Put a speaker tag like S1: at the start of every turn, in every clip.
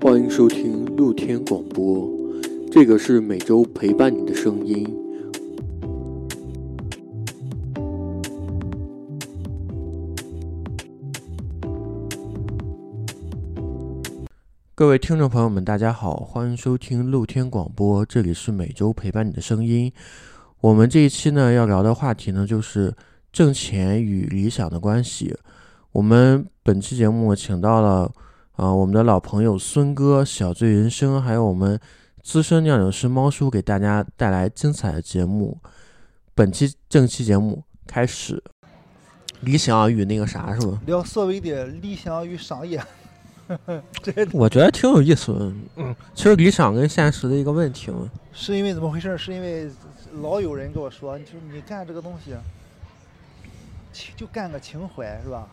S1: 欢迎收听露天广播，这个是每周陪伴你的声音。各位听众朋友们，大家好，欢迎收听露天广播，这里是每周陪伴你的声音。我们这一期呢要聊的话题呢，就是挣钱与理想的关系。我们本期节目请到了啊、我们的老朋友孙哥、小醉人生，还有我们资深酿酒师猫叔，给大家带来精彩的节目。本期正期节目开始，理想与那个啥是吧？
S2: 聊所谓的理想与商业，
S1: 我觉得挺有意思的。嗯，其实理想跟现实的一个问题嘛。
S2: 是因为怎么回事？是因为老有人跟我说，就是你干这个东西，其就干个情怀是吧？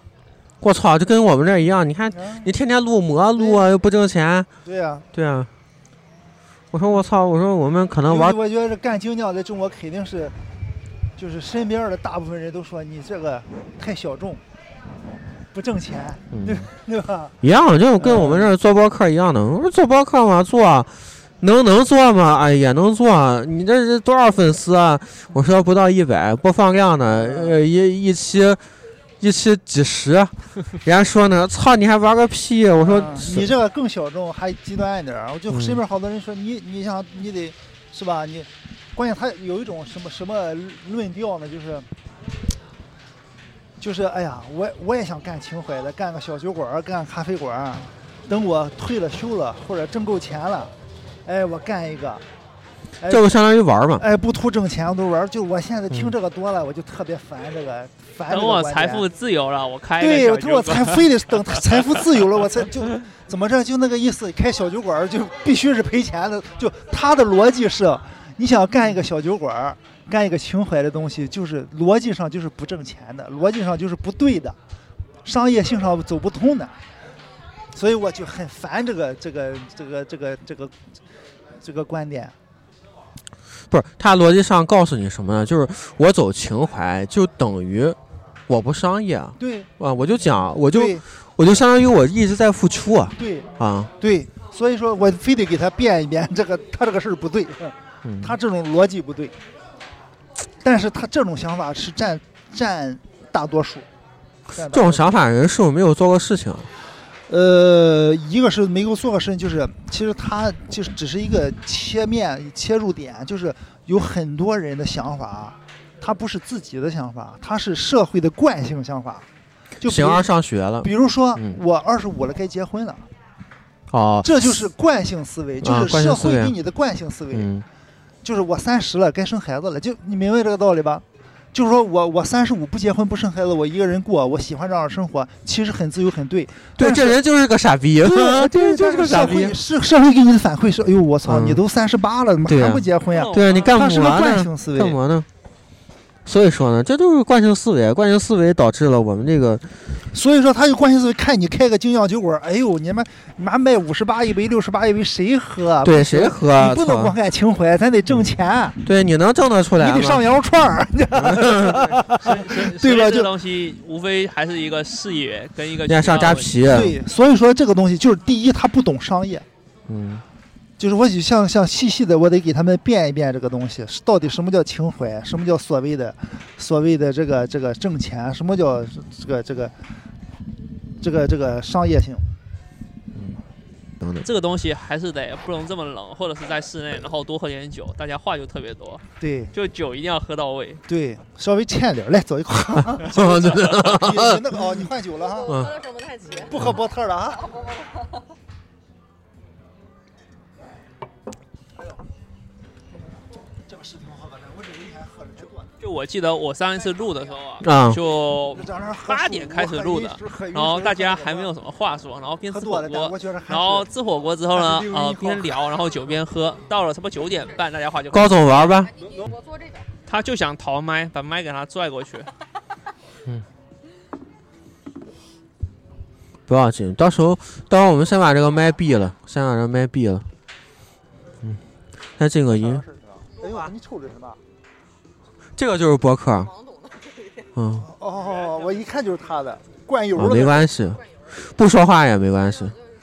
S1: 我操，就跟我们这儿一样，你看
S2: 啊，
S1: 你天天录魔录啊，又不挣钱，
S2: 对呀、
S1: 对啊。我说我操，我说我们可
S2: 因
S1: 能
S2: 为
S1: 玩
S2: 我觉得干精酿在中国肯定是，就是身边的大部分人都说你这个太小众，不挣钱，
S1: 嗯
S2: 对对吧？
S1: 一样，就跟我们这儿做播客一样的。我说做播客嘛，做啊能能做吗？哎，也能做。你这是多少粉丝啊？我说不到一百，播放量呢？呃，一一期一期几十。啊人家说呢，操，你还玩个屁！我说
S3: 嗯
S2: 啊
S1: 是
S2: 你这个更小众，还极端一点儿。我就
S1: 嗯
S2: 身边好多人说你，你想你得是吧？你关键他有一种什么什么论调呢？就是就是哎呀，我我也想干情怀的，干个小酒馆儿，干个咖啡馆儿。等我退了休了，或者挣够钱了，哎，我干一个。哎
S1: 这不相当于玩嘛？
S2: 哎，不图挣钱，我都玩儿。就我现在听
S1: 嗯
S2: 这个多了，我就特别烦这个烦。
S3: 等我财富自由了，我开一个
S2: 对，
S3: 小
S2: 等我
S3: 酒馆
S2: 财 非得等财富自由了，我才就怎么着就那个意思，开小酒馆儿就必须是赔钱的。就他的逻辑是，你想干一个小酒馆儿，干一个情怀的东西，就是逻辑上就是不挣钱的，逻辑上就是不对的，商业性上走不通的。所以我就很烦这个这个这个这个这个这个观点。
S1: 不是，他逻辑上告诉你什么呢？就是我走情怀，就等于我不商业啊！
S2: 对，
S1: 啊我就讲，我就
S2: 对
S1: 我就相当于我一直在付出啊
S2: 对
S1: 啊！
S2: 对，所以说我非得给他辩一辩，这个他这个事儿不对。
S1: 嗯，
S2: 他这种逻辑不对，但是他这种想法是占占大多数。占大
S1: 这
S2: 多
S1: 种
S2: 数
S1: 想法的人是不是没有做过事情啊？
S2: 呃，一个是没有做过事情，就是其实他就是只是一个切面切入点，就是有很多人的想法，他不是自己的想法，他是社会的惯性想法。就比
S1: 形
S2: 如
S1: 而上学了
S2: 比如说
S1: 啊嗯，
S2: 我二十五了，该结婚了，
S1: 哦，
S2: 这就是惯性思维，就
S1: 啊
S2: 是
S1: 惯性
S2: 社
S1: 思
S2: 会
S1: 维
S2: 给你的惯性思维。
S1: 嗯
S2: 就是我三十了，该生孩子了，就你明白这个道理吧？就是说我我三十五不结婚不生孩子，我一个人过，我喜欢这样的生活，其实很自由很对。，
S1: 对，
S2: 但
S1: 这
S2: 是
S1: 人就是个傻逼，
S2: 对
S1: 这人
S2: 但
S1: 就是是个
S2: 社
S1: 傻逼
S2: 会，是社会给你的反馈是，哎呦我操，
S1: 嗯
S2: 你都三十八了，怎么
S1: 对啊
S2: 还不结婚呀？
S3: 哦
S1: 对你干
S2: 他
S1: 嘛
S2: 是个惯
S1: 呢？
S2: 性思
S1: 干
S2: 维，
S1: 嘛呢？所以说呢，这就是惯性思维，惯性思维导致了我们这个
S2: 所以说他就惯性思维，看你开个精酿酒馆，哎呦你们你妈卖五十八一杯、六十八一杯，谁喝啊？
S1: 对谁喝啊，
S2: 你不能光
S1: 操，嗯
S2: 干情怀，咱得挣钱，
S1: 对你能挣得出
S2: 你
S1: 来
S2: 得上
S1: 吗？
S2: 羊肉串儿。
S3: 所以
S2: 对吧
S3: 这
S2: 就
S3: 个东西无非还是一个视野跟一个
S1: 人家上
S3: 渠
S1: 扎
S3: 道的问题
S1: 皮，啊
S2: 对，所以说这个东西就是第一，他不懂商业。
S1: 嗯，
S2: 就是我得像像细细的，我得给他们辩一辩这个东西，是到底什么叫情怀，什么叫所谓的所谓的这个这个挣钱，什么叫这个这个这个这个商业性。
S1: 等等，
S3: 这个东西还是得不能这么冷，或者是在室内，然后多喝点酒，大家话就特别多，
S2: 对
S3: 就酒一定要喝到位。
S2: 对，稍微欠点儿，来走一口。
S1: 对对对
S2: 你你那个哦，你换酒了哈，
S1: 嗯
S4: 我都整不太齐。
S2: 不喝波特了啊。这个是挺好喝的，我这一天喝的最多的。
S3: 就我记得我上一次录的时候啊，
S1: 啊，
S3: 就
S2: 这两天喝
S3: 八点
S2: 水
S3: 开始录的，，然后大家还没有什么话说，然后边
S2: 喝
S3: 吃
S2: 多
S3: 火
S2: 了，但
S3: 锅，
S2: 我觉得还
S3: 然后
S2: 是
S3: 吃火锅之后呢
S2: 还是，
S3: 呃
S2: 六一，
S3: 边聊，然后酒边喝，到了差不多九点半，大家话就
S1: 高总玩吧，
S4: 我坐这边，
S3: 他就想逃麦，把麦给他拽过去。
S1: 不要紧，到时候到时候我们先把这个麦闭了，先把这个麦闭了，嗯，再进个音，
S2: 哎呦，你瞅着什么？
S1: 这个就是博客，啊
S4: 王总的
S1: 嗯。
S2: 哦哦，我一看就是他的，灌油
S1: 啊，
S2: 的。
S1: 没关系，不说话也没关
S4: 关
S1: 系。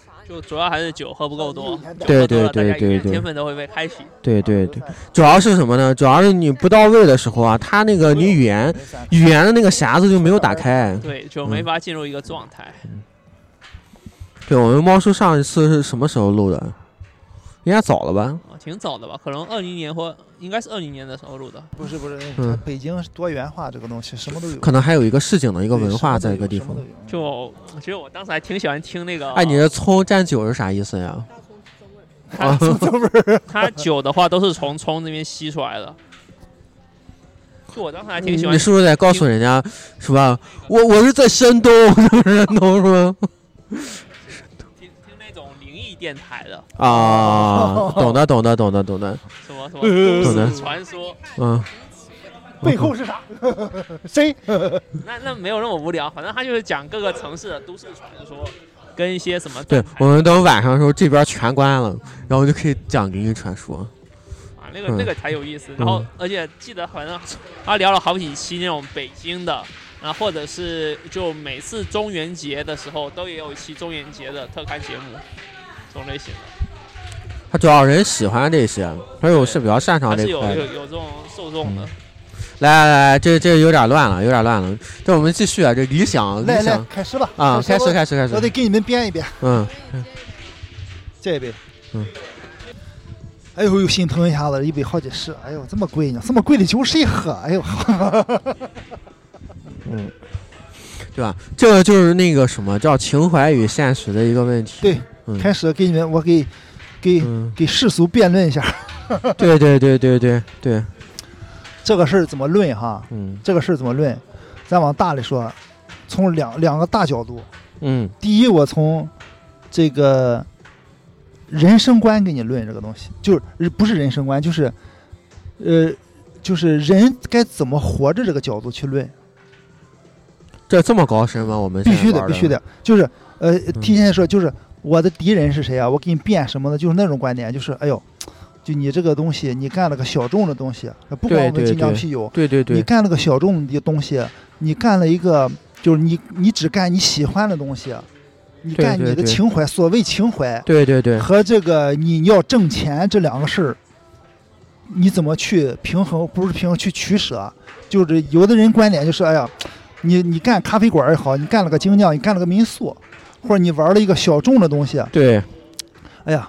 S4: 啥
S3: 就主要还是酒喝不够多，酒
S1: 对
S3: 喝多
S1: 对
S3: 了大
S1: 对
S3: 家一
S1: 对
S3: 点
S1: 对
S3: 天分都会被开启。
S1: 对对对，主要是什么呢？主要是你不到位的时候啊，他那个你语言语言的那个匣子就没有打开。
S3: 对，就没法进入一个状态。
S1: 对我们猫叔上一次是什么时候录的？应该早了吧？
S3: 啊，挺早的吧？可能二零年或应该是二零年的时候录的。
S2: 不是不是，
S1: 嗯
S2: 北京是多元化这个东西，什么都有，
S1: 可能还有一个市井的一
S2: 一
S1: 个文化在一个地方。
S3: 就我觉得我当时还挺喜欢听那个，
S1: 哎，你这葱蘸酒是啥意思呀？
S3: 它
S2: 这不是
S3: 它啊酒的话都是从 葱这边吸出来的。就我当时还挺喜欢
S1: 嗯你是不是得告诉人家是吧？我我是在山东， 山东是吧？
S3: 听听那种灵异电台的，
S1: 啊，懂的，懂的，懂的，懂的，
S3: 什么
S1: 嗯
S3: 什么都
S1: 懂得
S3: 市传说，
S1: 嗯，
S2: 嗯背后是啥？谁？
S3: 那那没有那么无聊，反正他就是讲各个城市的都市传说，跟一些什么
S1: 对
S3: 电台
S1: 我们等晚上的时候这边全关了，然后就可以讲灵异传说。
S3: 啊，那个
S1: 嗯
S3: 那个才有意思。然后
S1: 嗯
S3: 而且记得好像他聊了好几期那种北京的，然后或者是就每次中元节的时候都也有一期中元节的特刊节目，这种类型的，
S1: 他主要人喜欢这些，他有是比较擅长
S3: 还
S1: 这
S3: 是有
S1: 块
S3: 有
S1: 的。嗯
S3: 有这种受众的。
S1: 来来来，这这有点乱了，有点乱了。这我们继续啊，这理想
S2: 来
S1: 理
S2: 来
S1: 想，
S2: 开始吧！
S1: 啊，开始
S2: 我
S1: 开始开
S2: 我得
S1: 始，
S2: 给你们编一编，
S1: 嗯，
S2: 这一杯。
S1: 嗯。
S2: 哎呦呦，心疼一下子，一杯好几十，哎呦，这么贵呢？这么贵的酒谁喝？哎呦，
S1: 对吧？这个就是那个什么叫情怀与现实的一个问题。
S2: 对，
S1: 嗯
S2: 开始给你们，我给给
S1: 嗯，
S2: 给世俗辩论一下
S1: 对对对对对对，
S2: 这个事儿怎么论哈？
S1: 嗯
S2: 这个事儿怎么论？咱往大里说，从两两个大角度，
S1: 嗯
S2: 第一，我从这个人生观给你论这个东西，就是不是人生观，就是呃，就是人该怎么活着这个角度去论，
S1: 这这么高深吗？我们
S2: 必须
S1: 现在
S2: 的，
S1: 玩
S2: 必须的，就是呃，
S1: 嗯
S2: 提前说，就是我的敌人是谁啊？我给你辩什么的，就是那种观点，就是哎呦，就你这个东西，你干了个小众的东西，不光我
S1: 对
S2: 们
S1: 对
S2: 晋江
S1: 对
S2: 啤酒，
S1: 对对
S2: 你
S1: 对，
S2: 干了个小众的东西，你干了一个就是你你只干你喜欢的东西，你
S1: 对
S2: 干
S1: 对
S2: 你的
S1: 对
S2: 情怀，所谓情怀
S1: 对对对，
S2: 和这个你要挣钱这两个事儿，你怎么去平衡？不是平衡，去取舍。就是有的人观点就是，哎呀，你你干咖啡馆也好，你干了个精酿，你干了个民宿，或者你玩了一个小众的东西，
S1: 对
S2: 哎呀，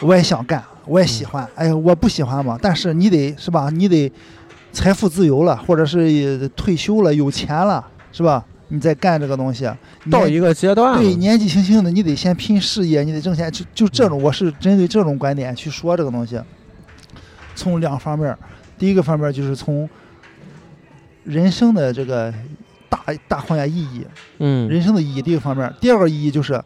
S2: 我也想干，我也喜欢，哎呀，我不喜欢嘛，但是你得是吧？你得财富自由了，或者是呃退休了，有钱了，是吧？你再干这个东西，你
S1: 到一个阶段
S2: 对
S1: 了，
S2: 年纪轻轻的，你得先拼事业，你得挣钱，就就这种，我是针对这种观点去说这个东西。啊从两方面儿，第一个方面儿就是从人生的这个大大框架意义，
S1: 嗯，
S2: 人生的意义这个方面儿；第二个意义就是，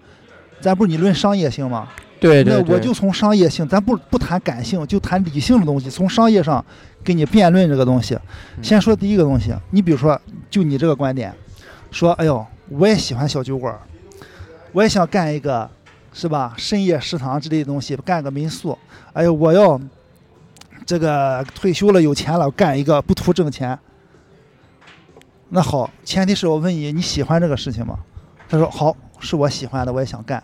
S2: 咱不是你论商业性吗？
S1: 对对
S2: 那我
S1: 对，
S2: 就从商业性，咱不不谈感性，就谈理性的东西，从商业上给你辩论这个东西。
S1: 嗯
S2: 先说第一个东西，你比如说，就你这个观点，说，哎呦，我也喜欢小酒馆儿，我也想干一个，是吧？深夜食堂之类的东西，干个民宿。哎呦，我要这个退休了有钱了，干一个不图挣钱。那好，前提是我问你，你喜欢这个事情吗？他说好，是我喜欢的，我也想干。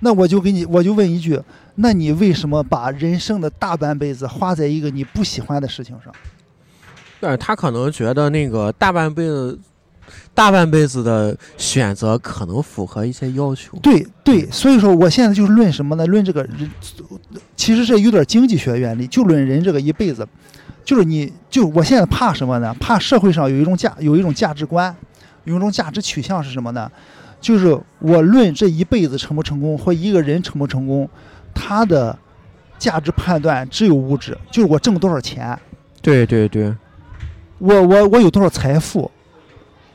S2: 那我就给你，我就问一句，那你为什么把人生的大半辈子花在一个你不喜欢的事情上？
S1: 对他可能觉得那个大半辈子，大半辈子的选择可能符合一些要求。
S2: 对对，所以说我现在就是论什么呢？论这个人，其实这有点经济学原理，就论人这个一辈子，就是你就我现在怕什么呢？怕社会上有一种价有一种价值观，有一种价值取向是什么呢？就是我论这一辈子成不成功，或一个人成不成功，他的价值判断只有物质，就是我挣多少钱，
S1: 对对对，
S2: 我我我有多少财富，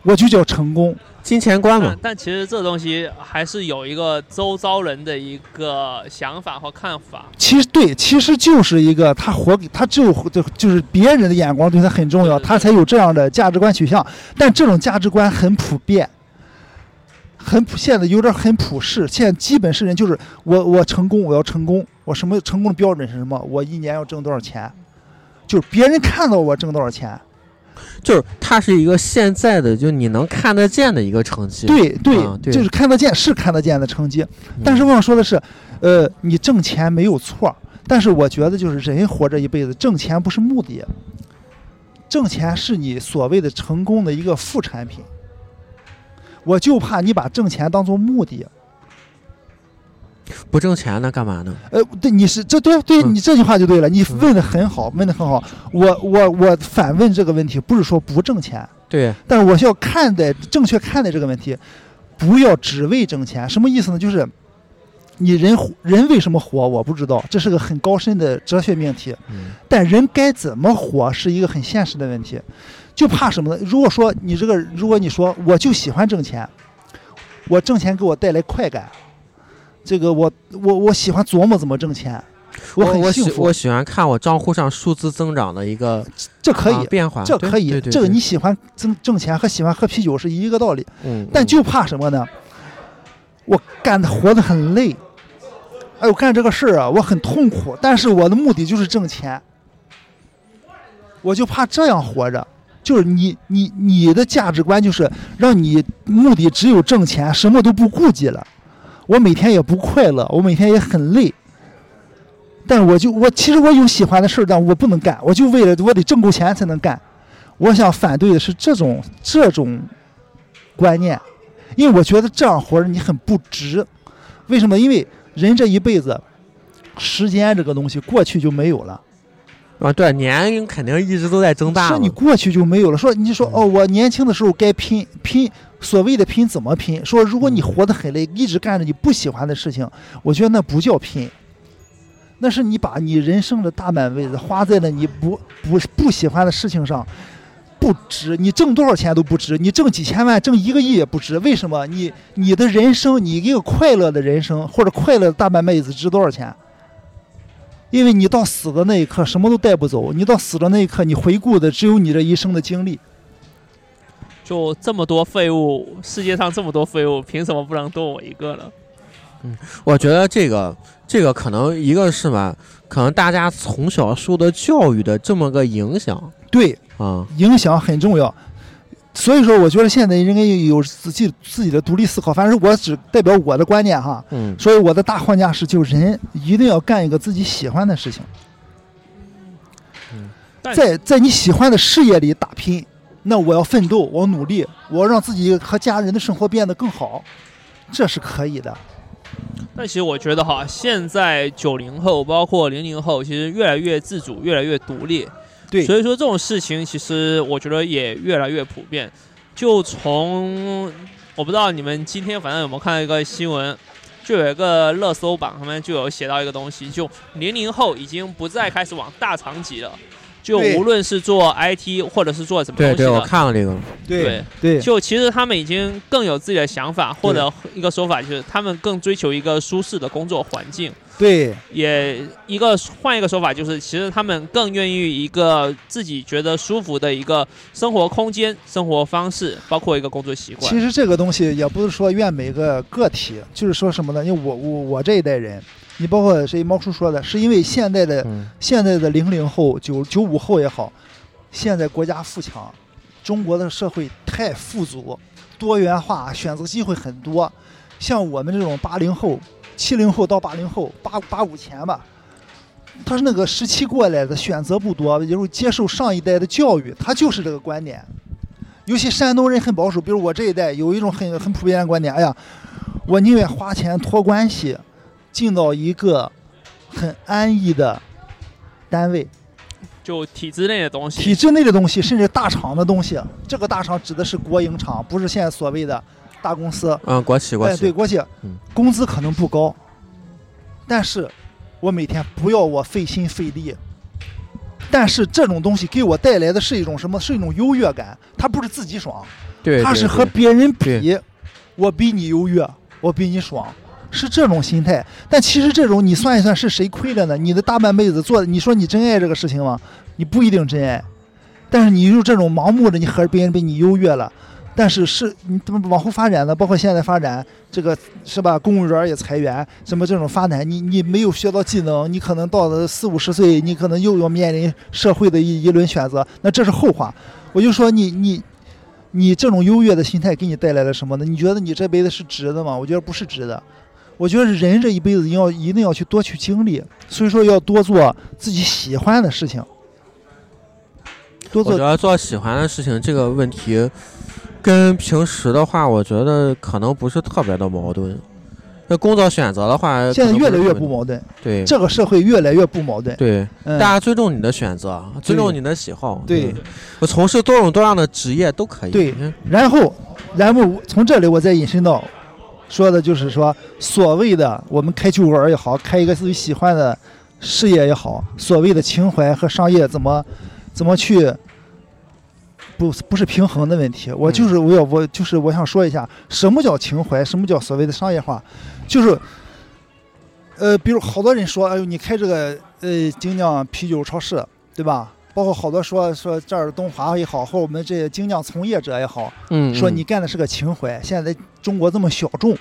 S2: 我就叫成功。
S1: 金钱观嘛
S3: 但，但其实这东西还是有一个周遭人的一个想法或看法。
S2: 其实对，其实就是一个他活给他只有就就是别人的眼光对他很重要，
S3: 对对对
S2: 他才有这样的价值观取向。但这种价值观很普遍，很普，现在有点很普世。现在基本是人就是我我成功我要成功，我什么成功的标准是什么？我一年要挣多少钱？就是别人看到我挣多少钱，
S1: 就是它是一个现在的，就你能看得见的一个成绩。
S2: 对对
S1: 啊对
S2: 就是看得见是看得见的成绩，
S1: 嗯，
S2: 但是我想说的是，呃，你挣钱没有错，但是我觉得就是人活着一辈子，挣钱不是目的，挣钱是你所谓的成功的一个副产品。我就怕你把挣钱当做目的，
S1: 不挣钱那干嘛呢？
S2: 呃，对，你是这对对
S1: 嗯
S2: 你这句话就对了，你
S1: 嗯
S2: 问的很好，问的很好。我我我反问这个问题，不是说不挣钱，
S1: 对，
S2: 但是我需要看待正确看待这个问题，不要只为挣钱。什么意思呢？就是你人活人为什么活，我不知道，这是个很高深的哲学命题。
S1: 嗯
S2: 但人该怎么活是一个很现实的问题，就怕什么呢？如果说你这个，如果你说我就喜欢挣钱，我挣钱给我带来快感，这个我我我喜欢琢磨怎么挣钱，
S1: 我
S2: 很
S1: 我
S2: 幸
S1: 喜
S2: 福，
S1: 我喜欢看我账户上数字增长的一个
S2: 这可以。
S1: 啊变化，
S2: 这
S1: 对
S2: 可以，
S1: 对对
S2: 这个
S1: 对
S2: 你喜欢挣挣钱和喜欢喝啤酒是一个道理。
S1: 嗯，
S2: 但
S1: 嗯
S2: 就怕什么呢？我干的活得很累，哎，我干这个事儿啊，我很痛苦，但是我的目的就是挣钱，我就怕这样活着。就是你你你的价值观就是让你目的只有挣钱，什么都不顾及了。我每天也不快乐，我每天也很累，但我就我其实我有喜欢的事儿，但我不能干，我就为了我得挣够钱才能干。我想反对的是这种这种观念，因为我觉得这样活着你很不值。为什么？因为人这一辈子，时间这个东西过去就没有了，
S1: 啊，对，年龄肯定一直都在增大
S2: 是
S1: 嘛。
S2: 你过去就没有了。说你说
S1: 嗯
S2: 哦，我年轻的时候该拼拼，所谓的拼怎么拼？说如
S1: 嗯
S2: 果你活得很累，一直干着你不喜欢的事情，我觉得那不叫拼。那是你把你人生的大半辈子花在了你不不不喜欢的事情上，不值。你挣多少钱都不值，你挣几千万、挣一个亿也不值。为什么？你你的人生，你一个快乐的人生或者快乐的大半辈子值多少钱？因为你到死的那一刻什么都带不走，你到死的那一刻，你回顾的只有你这一生的经历。
S3: 就这么多废物，世界上这么多废物，凭什么不能多我一个呢？
S1: 我觉得这个这个可能一个是嘛，可能大家从小受的教育的这么个影响
S2: 对，
S1: 啊，
S2: 影响很重要。所以说，我觉得现在应该有自己自己的独立思考。反正我只代表我的观念哈。
S1: 嗯，
S2: 所以我的大框架是，就人一定要干一个自己喜欢的事情
S1: 嗯，
S3: 但
S2: 在在你喜欢的事业里打拼。那我要奋斗，我要努力，我要让自己和家人的生活变得更好，这是可以的。
S3: 但其实我觉得哈，现在九零后包括零零后，其实越来越自主，越来越独立。
S2: 对
S3: 所以说这种事情，其实我觉得也越来越普遍。就从我不知道你们今天反正有没有看到一个新闻，就有一个热搜榜上面就有写到一个东西，就零零后已经不再开始往大厂挤了，就
S2: 对
S3: 无论是做 IT 或者是做什么东
S1: 对
S3: 西
S1: 对，我
S3: 的，
S1: 看了这个，
S3: 对
S2: 对
S3: 就其实他们已经更有自己的想法，或者一个说法就是他们更追求一个舒适的工作环境。
S2: 对
S3: 也一个换一个说法，就是其实他们更愿意一个自己觉得舒服的一个生活空间、生活方式，包括一个工作习惯
S2: 其。实这个东西也不是说怨每个个体，就是说什么呢？因为我我我这一代人，你包括谁猫叔说的，是因为现在的
S1: 嗯，
S2: 现在的零零后、九九五后也好，现在国家富强，中国的社会太富足，多元化，选择机会很多。像我们这种八零后、七零后到八零后、八八五前吧，他是那个时期过来的，选择不多，也就是接受上一代的教育，他就是这个观点。尤其山东人很保守，比如我这一代有一种很很普遍的观点，哎呀，我宁愿花钱托关系，进到一个很安逸的单位，
S3: 就体制内的东
S2: 体
S3: 西，
S2: 制内的东西，甚至大厂的东西。这个大厂指的是国营厂，不是现在所谓的大公司。
S1: 啊，国企国
S2: 哎，对，
S1: 企，
S2: 国企
S1: 嗯，
S2: 工资可能不高，但是我每天不要我费心费力。但是这种东西给我带来的是一种什么？是一种优越感，它不是自己爽，
S1: 对，
S2: 他
S1: 对
S2: 是和
S1: 对
S2: 别人比
S1: 对，
S2: 我比你优越，我比你爽，是这种心态。但其实这种你算一算是谁亏了呢？你的大半辈子做，你说你真爱这个事情吗？你不一定真爱，但是你用这种盲目的，你和别人比你优越了。但是是你怎么往后发展呢？包括现在发展这个是吧？公务员也裁员，什么这种发展，你你没有学到技能，你可能到了四五十岁，你可能又要面临社会的一一轮选择，那这是后话。我就说你你你这种优越的心态给你带来了什么呢？你觉得你这辈子是值的吗？我觉得不是值的。我觉得人这一辈子要一定要去多去经历，所以说要多做自己喜欢的事情，
S1: 我
S2: 多
S1: 觉
S2: 做
S1: 得做喜欢的事情这个问题，跟平时的话，我觉得可能不是特别的矛盾。那工作选择的话，
S2: 现
S1: 可
S2: 在
S1: 能
S2: 越来
S1: 是
S2: 越
S1: 特
S2: 不
S1: 别
S2: 矛盾，
S1: 对
S2: 这个社会越来越不矛盾。
S1: 对，
S2: 嗯
S1: 大，家尊重你的选择，尊重你的喜好。
S2: 对
S1: 嗯，我从事多种多样的职业都可以。
S2: 对
S1: 嗯，
S2: 然后，然后从这里我再引申到，说的就是说，所谓的我们开酒馆也好，开一个自己喜欢的事业也好，所谓的情怀和商业怎么怎么去，不不是平衡的问题。我就是我要我就是我想说一下，什么叫情怀，什么叫所谓的商业化，就是。呃，比如好多人说，哎呦，你开这个呃精酿啤酒超市，对吧？包括好多说说这儿东华也好，或者我们这些精酿从业者也好，
S1: 嗯，
S2: 说
S1: 嗯
S2: 你干的是个情怀。现在中国这么小众，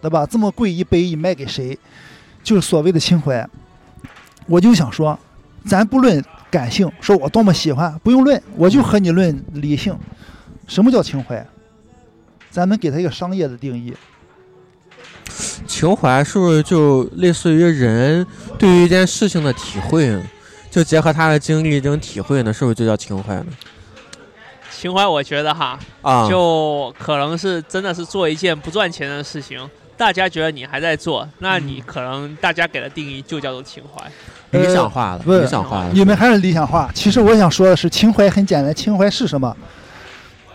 S2: 对吧？这么贵一杯，你卖给谁？就是所谓的情怀。我就想说，咱不论感性，说我多么喜欢，不用论，我就和你论理性。什么叫情怀？咱们给他一个商业的定义。
S1: 情怀是不是就类似于人对于一件事情的体会，就结合他的经历这种体会呢？是不是就叫情怀呢？
S3: 情怀我觉得哈，
S1: 啊，
S3: 就可能是真的是做一件不赚钱的事情，大家觉得你还在做，那
S2: 嗯
S3: 你可能大家给的定义就叫做情怀。
S1: 理想化了，
S2: 呃不是
S1: 理想化了。
S2: 你们还是理想化。其实我想说的是，情怀很简单，情怀是什么？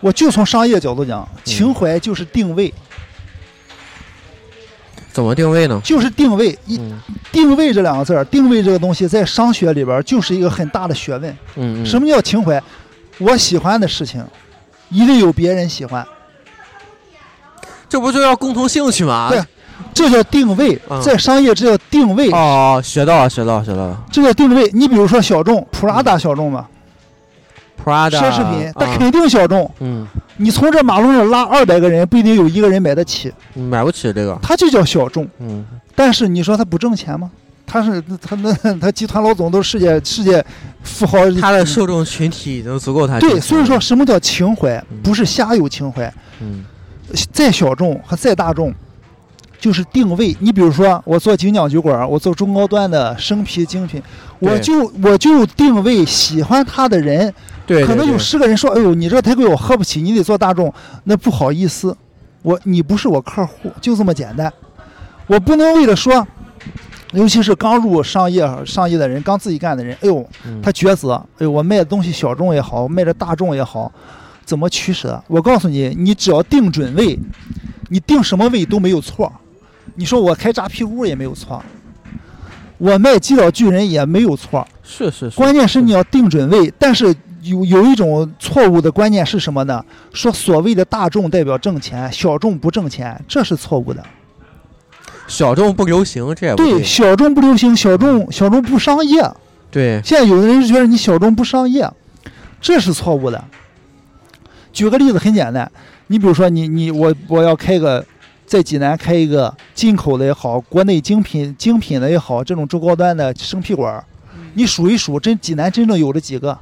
S2: 我就从商业角度讲，情怀就是定位，
S1: 怎么定位呢？
S2: 就是定位。一
S1: 嗯
S2: 定位这两个字儿，定位这个东西在商学里边儿就是一个很大的学问。
S1: 嗯，嗯
S2: 什么叫情怀？我喜欢的事情，一定有别人喜欢，
S1: 这不就叫共同兴趣吗？
S2: 对啊这叫定位。
S1: 嗯
S2: 在商业，这叫定位，
S1: 哦，学到了，学到了，学到了。
S2: 这叫定位。你比如说小众普拉
S1: 嗯
S2: 达小众嘛，
S1: Prada
S2: 奢侈品，它
S1: 啊
S2: 肯定小众。
S1: 嗯，
S2: 你从这马路上拉二百个人，不一定有一个人买得起，
S1: 买不起这个。
S2: 它就叫小众。
S1: 嗯，
S2: 但是你说他不挣钱吗？他是他那他集团老总都是世界世界富豪，
S1: 他的受众群体已经足够他
S2: 对，
S1: 挣钱
S2: 所以
S1: 了
S2: 说，什么叫情怀？不是瞎有情怀，
S1: 嗯
S2: 再小众和再大众，就是定位。你比如说，我做精酿酒馆，我做中高端的生啤精品，我
S1: 对
S2: 就我就定位喜欢它的人，
S1: 对，
S2: 可能
S1: 对
S2: 有十个人说：“哎呦，你这太贵，我喝不起，你得做大众。”那不好意思，我你不是我客户，就这么简单。我不能为了说，尤其是刚入商业商业的人，刚自己干的人，哎呦，
S1: 嗯
S2: 他抉择，哎呦，我卖的东西小众也好，我卖的大众也好，怎么取舍？我告诉你，你只要定准位，你定什么位都没有错。你说我开扎啤屋也没有错，我卖击倒巨人也没有错，
S1: 是是是，
S2: 关键是你要定准位，但是有有一种错误的观念是什么呢？说所谓的大众代表挣钱，小众不挣钱，这是错误的。
S1: 小众不流行，这也不
S2: 对，小众不流行，小众小众不商业。
S1: 对，
S2: 现在有的人是觉得你小众不商业，这是错误的。举个例子很简单，你比如说你你我我要开个在济南开一个进口的也好，国内精品精品的也好，这种中高端的生啤馆儿，你数一数，真济南真正有的几个，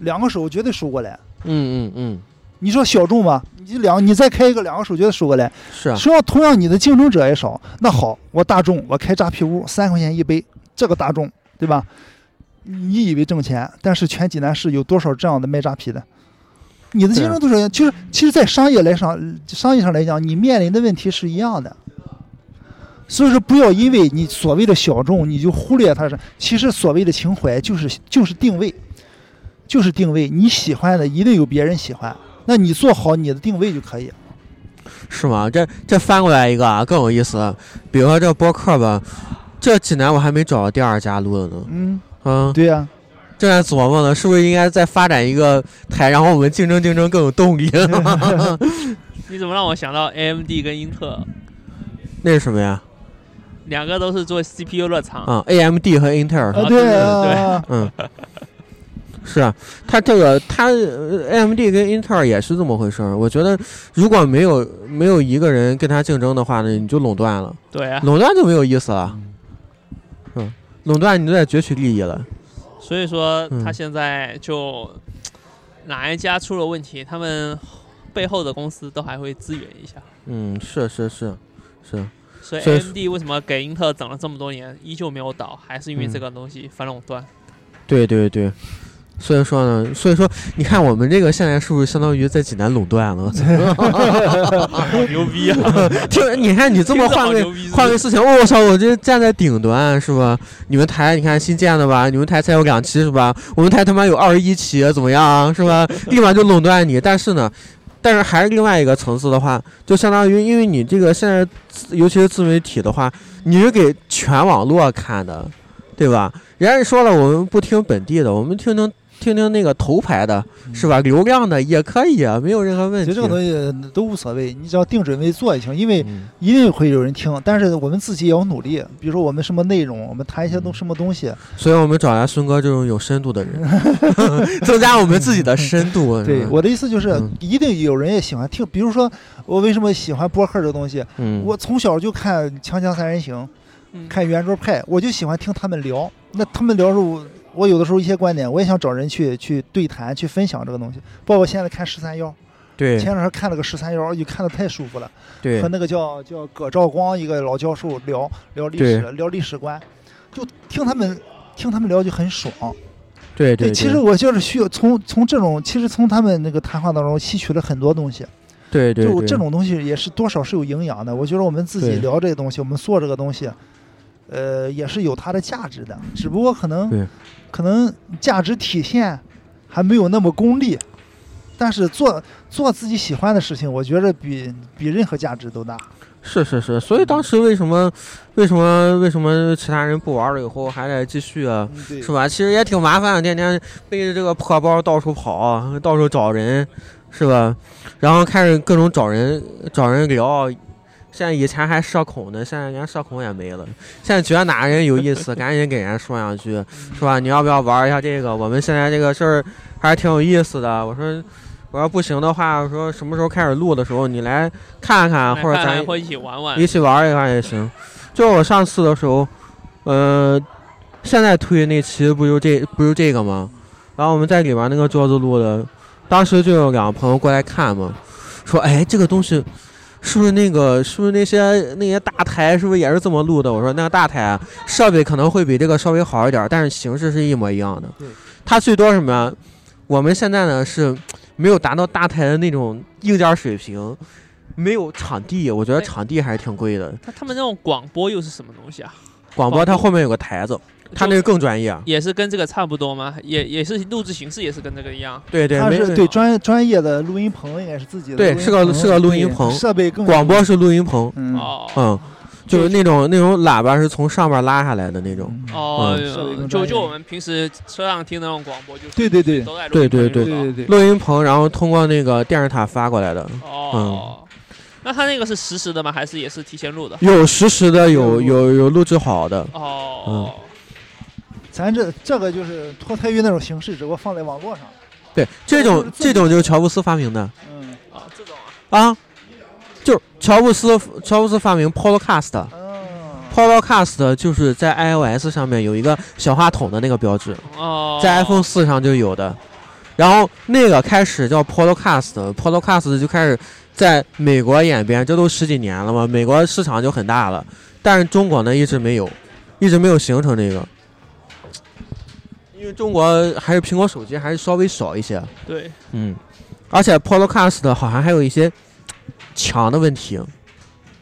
S2: 两个手绝对数过来。
S1: 嗯嗯嗯，
S2: 你说小众吧，你两你再开一个两个手绝对数过来。
S1: 是啊，
S2: 实际上同样你的竞争者也少。那好，我大众我开扎啤屋三块钱一杯，这个大众对吧？你以为挣钱，但是全济南市有多少这样的卖扎啤的？你的竞争对手就是，其实，在商业来上商业上来讲，你面临的问题是一样的。所以说，不要因为你所谓的小众，你就忽略它是。其实，所谓的情怀就是就是定位，就是定位。你喜欢的一定有别人喜欢，那你做好你的定位就可以。
S1: 是吗？这这翻过来一个啊，更有意思了。比如说这播客吧，这济南我还没找到第二家录的呢。
S2: 嗯，
S1: 嗯，
S2: 对呀、
S1: 正在琢磨呢，是不是应该再发展一个台，然后我们竞争竞争更有动力？
S3: 你怎么让我想到 AMD 跟英特尔
S1: 那是什么呀？
S3: 两个都是做 CPU 热场？
S1: 啊，AMD 和英特尔
S2: 啊，
S3: 啊
S2: 对
S3: 对对
S2: 啊，
S1: 嗯，是啊，他这个他呃 AMD 跟英特尔也是这么回事儿。我觉得如果没有没有一个人跟他竞争的话呢，你就垄断了，
S3: 对啊，
S1: 垄断就没有意思了。嗯，垄断你就在攫取利益了。
S3: 所以说
S1: 嗯
S3: 他现在就哪一家出了问题，他们背后的公司都还会支援一下。
S1: 嗯，是是是是，
S3: 所以
S1: 所以
S3: AMD 为什么给英特尔整了这么多年，依旧没有倒，还是因为
S1: 嗯
S3: 这个东西反垄断。
S1: 对对对。所以说呢，所以说你看我们这个现在是不是相当于在济南垄断了？
S3: 好 牛逼啊！
S1: 听，你看你这么
S3: 听着
S1: 换
S3: 好
S1: 位
S3: 牛逼啊是不是
S1: 换位思想，哦我操，我这站在顶端是吧？你们台你看新建的吧，你们台才有两期是吧？我们台他妈有二十一期，怎么样啊是吧？立马就垄断你，但是呢。但是还是另外一个层次的话，就相当于，因为你这个现在自，尤其是自媒体的话，你是给全网络看的，对吧？人家说了，我们不听本地的，我们听听听听那个头牌的，是吧？流量的也可以啊，没有任何问
S2: 嗯其
S1: 题。
S2: 实这个东西都无所谓，你只要定准位做就行，因为
S1: 嗯
S2: 一定会有人听，但是我们自己也要努力。比如说我们什么内容，我们谈一些东什么东西，
S1: 所以我们找来孙哥这种有深度的人， 增加我们自己的深度。
S2: 对，我的意思就是
S1: 嗯，
S2: 一定有人也喜欢听。比如说，我为什么喜欢播客这个东西？
S1: 嗯，
S2: 我从小就看《锵锵三人行》，
S3: 嗯
S2: 看圆桌派，我就喜欢听他们聊。那他们聊的时候，我我有的时候一些观点，我也想找人去去对谈、去分享这个东西。包括现在看十三幺，
S1: 对
S2: 前两天看了个十三幺，就看的太舒服了，
S1: 对
S2: 和那个叫叫葛兆光一个老教授聊聊历史、
S1: 对
S2: 聊历史观，就听他们听他们聊就很爽。
S1: 对对，
S2: 其实我就是需要从从这种，其实从他们那个谈话当中吸取了很多东西。
S1: 对对
S2: 就
S1: 对
S2: 这种东西也是多少是有营养的。我觉得我们自己
S1: 对
S2: 聊这个东西，我们做这个东西，呃，也是有它的价值的。只不过可
S1: 对
S2: 能可能价值体现还没有那么功利，但是做做自己喜欢的事情，我觉得比比任何价值都大。
S1: 是是是，所以当时为什么为什么为什么其他人不玩了以后还得继续啊？
S2: 嗯，对
S1: 是吧？其实也挺麻烦的，天天背着这个破包到处跑，啊到处找人，是吧？然后开始各种找人找人聊。啊现在以前还社恐呢，现在连社恐也没了。现在觉得哪个人有意思， 赶紧给人家说两句，
S3: 嗯
S1: 是吧？你要不要玩一下这个？我们现在这个事儿还是挺有意思的。我说，我要不行的话，我说什么时候开始录的时候你来看看，
S3: 来
S1: 啊或者
S3: 看
S1: 咱
S3: 来会一起玩玩
S1: 一。起玩一玩也行。就我上次的时候，呃，现在推那期不就这不就这个吗？然后我们在里边那个桌子录的，当时就有两个朋友过来看嘛，说哎这个东西是不是那个是不是那些那些大台是不是也是这么录的？我说那个大台啊，设备可能会比这个稍微好一点，但是形式是一模一样的
S2: 对。
S1: 它最多什么呀？我们现在呢是没有达到大台的那种硬件水平，没有场地，我觉得
S3: 哎
S1: 场地还是挺贵的。
S3: 他他们那种广播又是什么东西啊？
S1: 广播它后面有个台子，它那
S3: 就
S1: 个更专业。
S3: 也是跟这个差不多吗？也也是录制形式也是跟这个一样。
S1: 对对，
S2: 他
S1: 没
S2: 是对专专业的录音棚，应该是自己的录
S1: 对
S2: 音棚。
S1: 是个是个录音
S2: 对
S1: 棚
S2: 设备更
S1: 广播是录音棚，
S2: 嗯
S3: 哦
S1: 嗯，就是那种那种喇叭是从上边拉下来的那种。
S2: 嗯
S3: 哦
S1: 嗯
S2: 设备更，专
S3: 就
S2: 业
S3: 就我们平时车上听的那种广播，就是
S2: 对对对
S3: 都在录
S1: 对
S3: 音棚
S1: 对
S3: 里录
S1: 对
S3: 的
S2: 对对对，
S1: 录音棚，然后通过那个电视塔发过来的，
S3: 哦，那他那个是实时的吗？还是也是提前录的？
S1: 有实时的，有有有录制好的，
S3: 哦，
S2: 咱这这个就是脱胎于那种形式，只不过放在网络上。
S1: 对，这种这种就是乔布斯发明的
S2: 嗯
S3: 哦，这种啊，
S1: 啊，就是乔布斯乔布斯发明 Podcast。
S2: 嗯。
S1: 哦 Podcast 就是在 iOS 上面有一个小话筒的那个标志，
S3: 哦，
S1: 在 iPhone 四上就有的。然后那个开始叫 Podcast，Podcast 就开始在美国演变，这都十几年了嘛，美国市场就很大了，但是中国呢一直没有，一直没有形成这个，因为中国还是苹果手机还是稍微少一些，
S3: 对，
S1: 嗯，而且 Podcast 好像还有一些强的问题，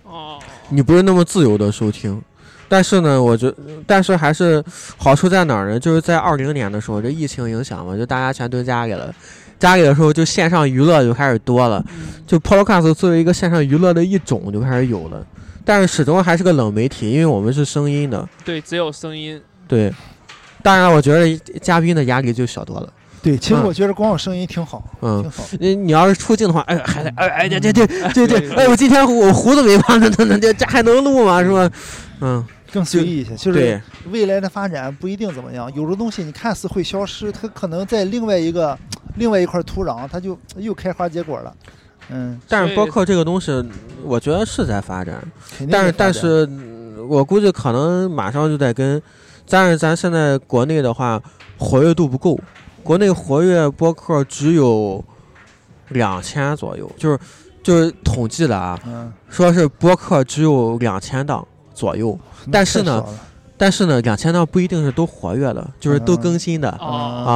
S3: 哦，
S1: 你不是那么自由的收听。但是呢，我觉，但是还是好处在哪儿呢？就是在二零年的时候，这疫情影响嘛，就大家全蹲家里了，家里的时候就线上娱乐就开始多了，
S2: 嗯
S1: 就 Podcast 作为一个线上娱乐的一种就开始有了，但是始终还是个冷媒体，因为我们是声音的，
S3: 对，只有声音，
S1: 对。当然，我觉得嘉宾的压力就小多了，
S2: 对，其实
S1: 嗯
S2: 我觉得光有声音挺好，
S1: 嗯
S2: 挺。好。
S1: 你你要是出镜的话，哎，还得哎哎这这这这 这，哎我今天我胡子没刮，那那那这这还能录吗？是吧？嗯，
S2: 更随意一些，就
S1: 对
S2: 是，未来的发展不一定怎么样，有的东西你看似会消失，它可能在另外一个另外一块土壤，它就又开花结果了。嗯，
S1: 但是
S3: 所
S1: 播
S3: 以
S1: 客这个东西，我觉得是在发展，
S2: 肯定
S1: 但
S2: 会
S1: 是
S2: 发
S1: 但
S2: 展
S1: 是嗯我估计可能马上就得跟，但是咱现在国内的话，活跃度不够，国内活跃播客只有两千左右，就是就是统计了啊，
S2: 嗯，
S1: 说是播客只有两千档左右，
S2: 那
S1: 但是
S2: 太
S1: 呢
S2: 少了，
S1: 但是呢，两千档不一定是都活跃的，就是都
S2: 嗯
S1: 更新的。
S3: 哦，
S1: 啊，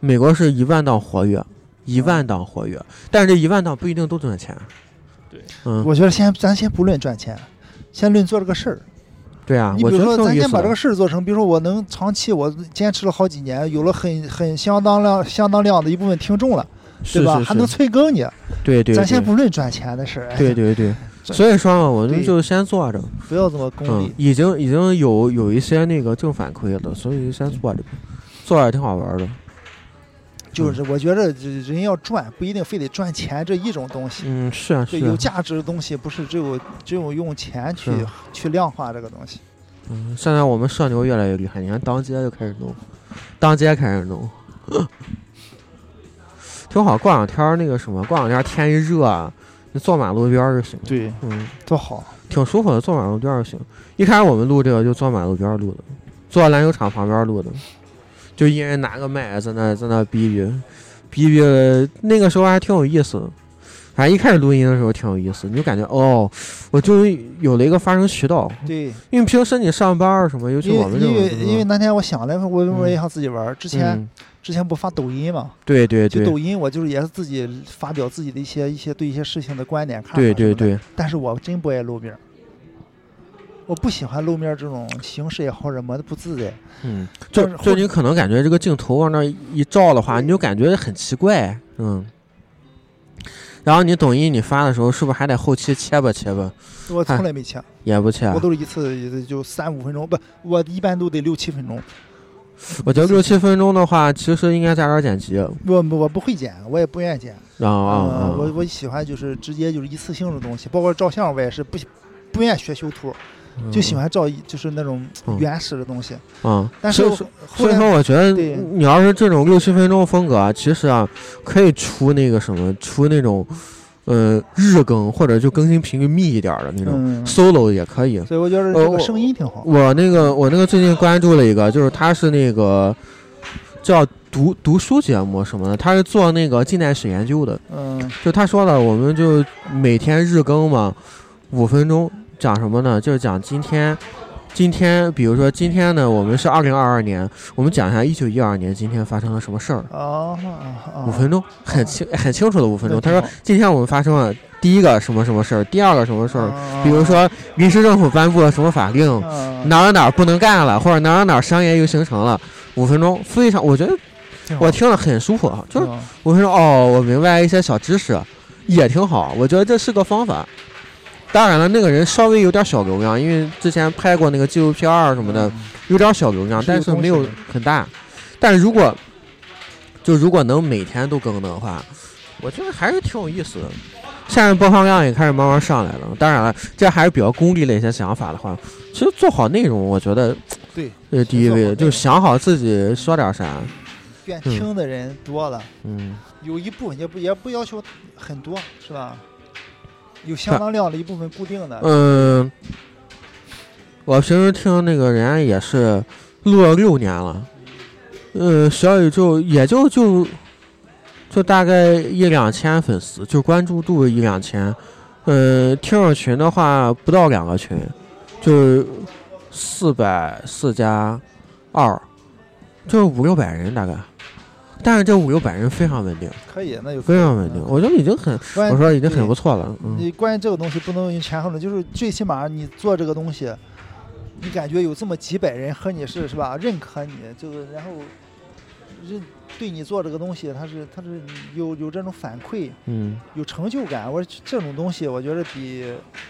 S1: 美国是一万档活跃，一万档活跃，但是这一万档不一定都赚钱。
S3: 对，
S1: 嗯，
S2: 我觉得先咱先不论赚钱，先论做这个事儿。
S1: 对啊，
S2: 你
S1: 我
S2: 比
S1: 觉
S2: 如
S1: 得
S2: 说，
S1: 更有
S2: 咱
S1: 意
S2: 先
S1: 思
S2: 把这
S1: 了
S2: 个事儿做成，比如说我能长期我坚持了好几年，有了很很相当量相当量的一部分听众了，
S1: 是
S2: 对吧？
S1: 是
S2: 还能
S1: 是
S2: 催更你，
S1: 对对，
S2: 咱先
S1: 对
S2: 不论赚钱的事儿，哎
S1: 对对对。
S2: 这
S1: 所以说嘛，我们
S2: 对
S1: 就先做着，
S2: 不要这么功
S1: 嗯
S2: 利，。
S1: 已经已经有有一些那个正反馈了，所以就先做着吧，做着挺好玩的。
S2: 就是我觉得这人要赚，不一定非得赚钱这一种东西。
S1: 嗯，是啊是
S2: 对，有
S1: 啊，
S2: 价值的东西不是只有只有用钱去
S1: 是
S2: 去量化这个东西。
S1: 嗯，现在我们社牛越来越厉害，你看当街就开始弄，当街开始弄， 挺好。过两天儿那个什么，过两天儿天一热啊，你坐马路边儿就行。
S2: 对，
S1: 嗯，
S2: 多好，
S1: 挺舒服的，坐马路边儿就行。一开始我们录这个就坐马路边儿录的，坐篮球场旁边儿录的，就一人拿个麦在那在那逼逼逼逼了。那个时候还挺有意思的，反正一开始录音的时候挺有意思，你就感觉哦，我终于有了一个发声渠道。
S2: 对，
S1: 因为平时你上班儿什么，尤其
S2: 因
S1: 我
S2: 为
S1: 们这
S2: 因
S1: 种
S2: 为
S1: 就是
S2: 因为那天我想了，我我
S1: 嗯
S2: 也想自己玩儿。之前、
S1: 嗯，
S2: 之前不发抖音嘛，
S1: 对对
S2: 就
S1: 对
S2: 抖音我就是也是自己发表自己的一些一些对一些事情的观点看法。
S1: 对对。对，
S2: 但是我真不爱露面儿，我不喜欢露面儿这种形式也好，人么的不自在。
S1: 嗯，就
S2: 但是后
S1: 就你可能感觉这个镜头往那一照的话，
S2: 对
S1: 你就感觉很奇怪，嗯。然后你抖音你发的时候，是不是还得后期切吧切吧？
S2: 我
S1: 哎
S2: 从来没切，
S1: 也不切
S2: 我，都是一次也就三五分钟，不，我一般都得六七分钟。
S1: 啊我觉得六七分钟的话，其实应该加点剪辑。啊
S2: 我我不会剪，我也不愿意剪。
S1: 啊
S2: 呃
S1: 啊！
S2: 我我喜欢就是直接就是一次性的东西，包括照相我也是不喜不愿意学修图，
S1: 嗯
S2: 就喜欢照一就是那种
S1: 嗯
S2: 原始的东西。
S1: 嗯，
S2: 但是
S1: 所以
S2: 我
S1: 说
S2: 后
S1: 所以
S2: 来
S1: 说，我觉得
S2: 对
S1: 你要是这种六七分钟风格啊，其实啊，可以出那个什么，出那种呃日更或者就更新频率密一点儿的那种
S2: 嗯，
S1: solo 也可以。
S2: 所以我觉得
S1: 呃
S2: 这
S1: 我
S2: 个声音挺好。
S1: 我那个我那个最近关注了一个，就是他是那个叫读读书节目什么的，他是做那个近代史研究的。
S2: 嗯，
S1: 就他说了，我们就每天日更嘛，五分钟，讲什么呢？就是讲今天。今天，比如说今天呢，我们是二零二二年，我们讲一下一九一二年今天发生了什么事儿，
S2: 哦哦哦，
S1: 五分钟，很清啊很清楚的五分钟。他说
S2: 那挺好
S1: 今天我们发生了第一个什么什么事儿，第二个什么事儿，
S2: 哦
S1: 比如，说临时政府颁布了什么法令，
S2: 嗯
S1: 哪儿哪儿不能干了，或者哪儿哪儿商业又形成了，五分钟非常，我觉得
S2: 挺好
S1: 我听了很舒服，啊，就是
S2: 挺好
S1: 五分钟哦，我明白一些小知识，也挺好，我觉得这是个方法。当然了，那个人稍微有点小流量，因为之前拍过那个纪录片儿什么的，
S2: 嗯
S1: 有点小流量，
S2: 是有
S1: 但是
S2: 东西
S1: 没有
S2: 的
S1: 很大。但如果就如果能每天都更的话，我觉得还是挺有意思的。现在播放量也开始慢慢上来了。当然了，这还是比较功利的一些想法的话，其实做好内容，我觉得
S2: 对，
S1: 这是第一
S2: 做好
S1: 位的，
S2: 内容
S1: 就想好自己说点啥。
S2: 愿听的人多了，
S1: 嗯，
S2: 有一部分也不也不要求很多，是吧？有相当量的一部分固定的，
S1: 嗯，我平时听那个人家也是录了六年了，呃，小宇宙也就就就大概一两千粉丝，就关注度一两千，呃，听友群的话不到两个群，就是四百四加二，就是五六百人大概，但是这五六百人非常稳定，
S2: 可以，那就可以
S1: 非常稳定，
S2: 嗯
S1: 我觉得已经很，
S2: 关
S1: 我说已经很
S2: 对
S1: 不错了，嗯。
S2: 你关于这个东西不能用权衡的，就是最起码你做这个东西，你感觉有这么几百人和你是是吧？认可你这个，然后认对你做这个东西，他是他是有有这种反馈，
S1: 嗯
S2: 有成就感。我说这种东西，我觉得比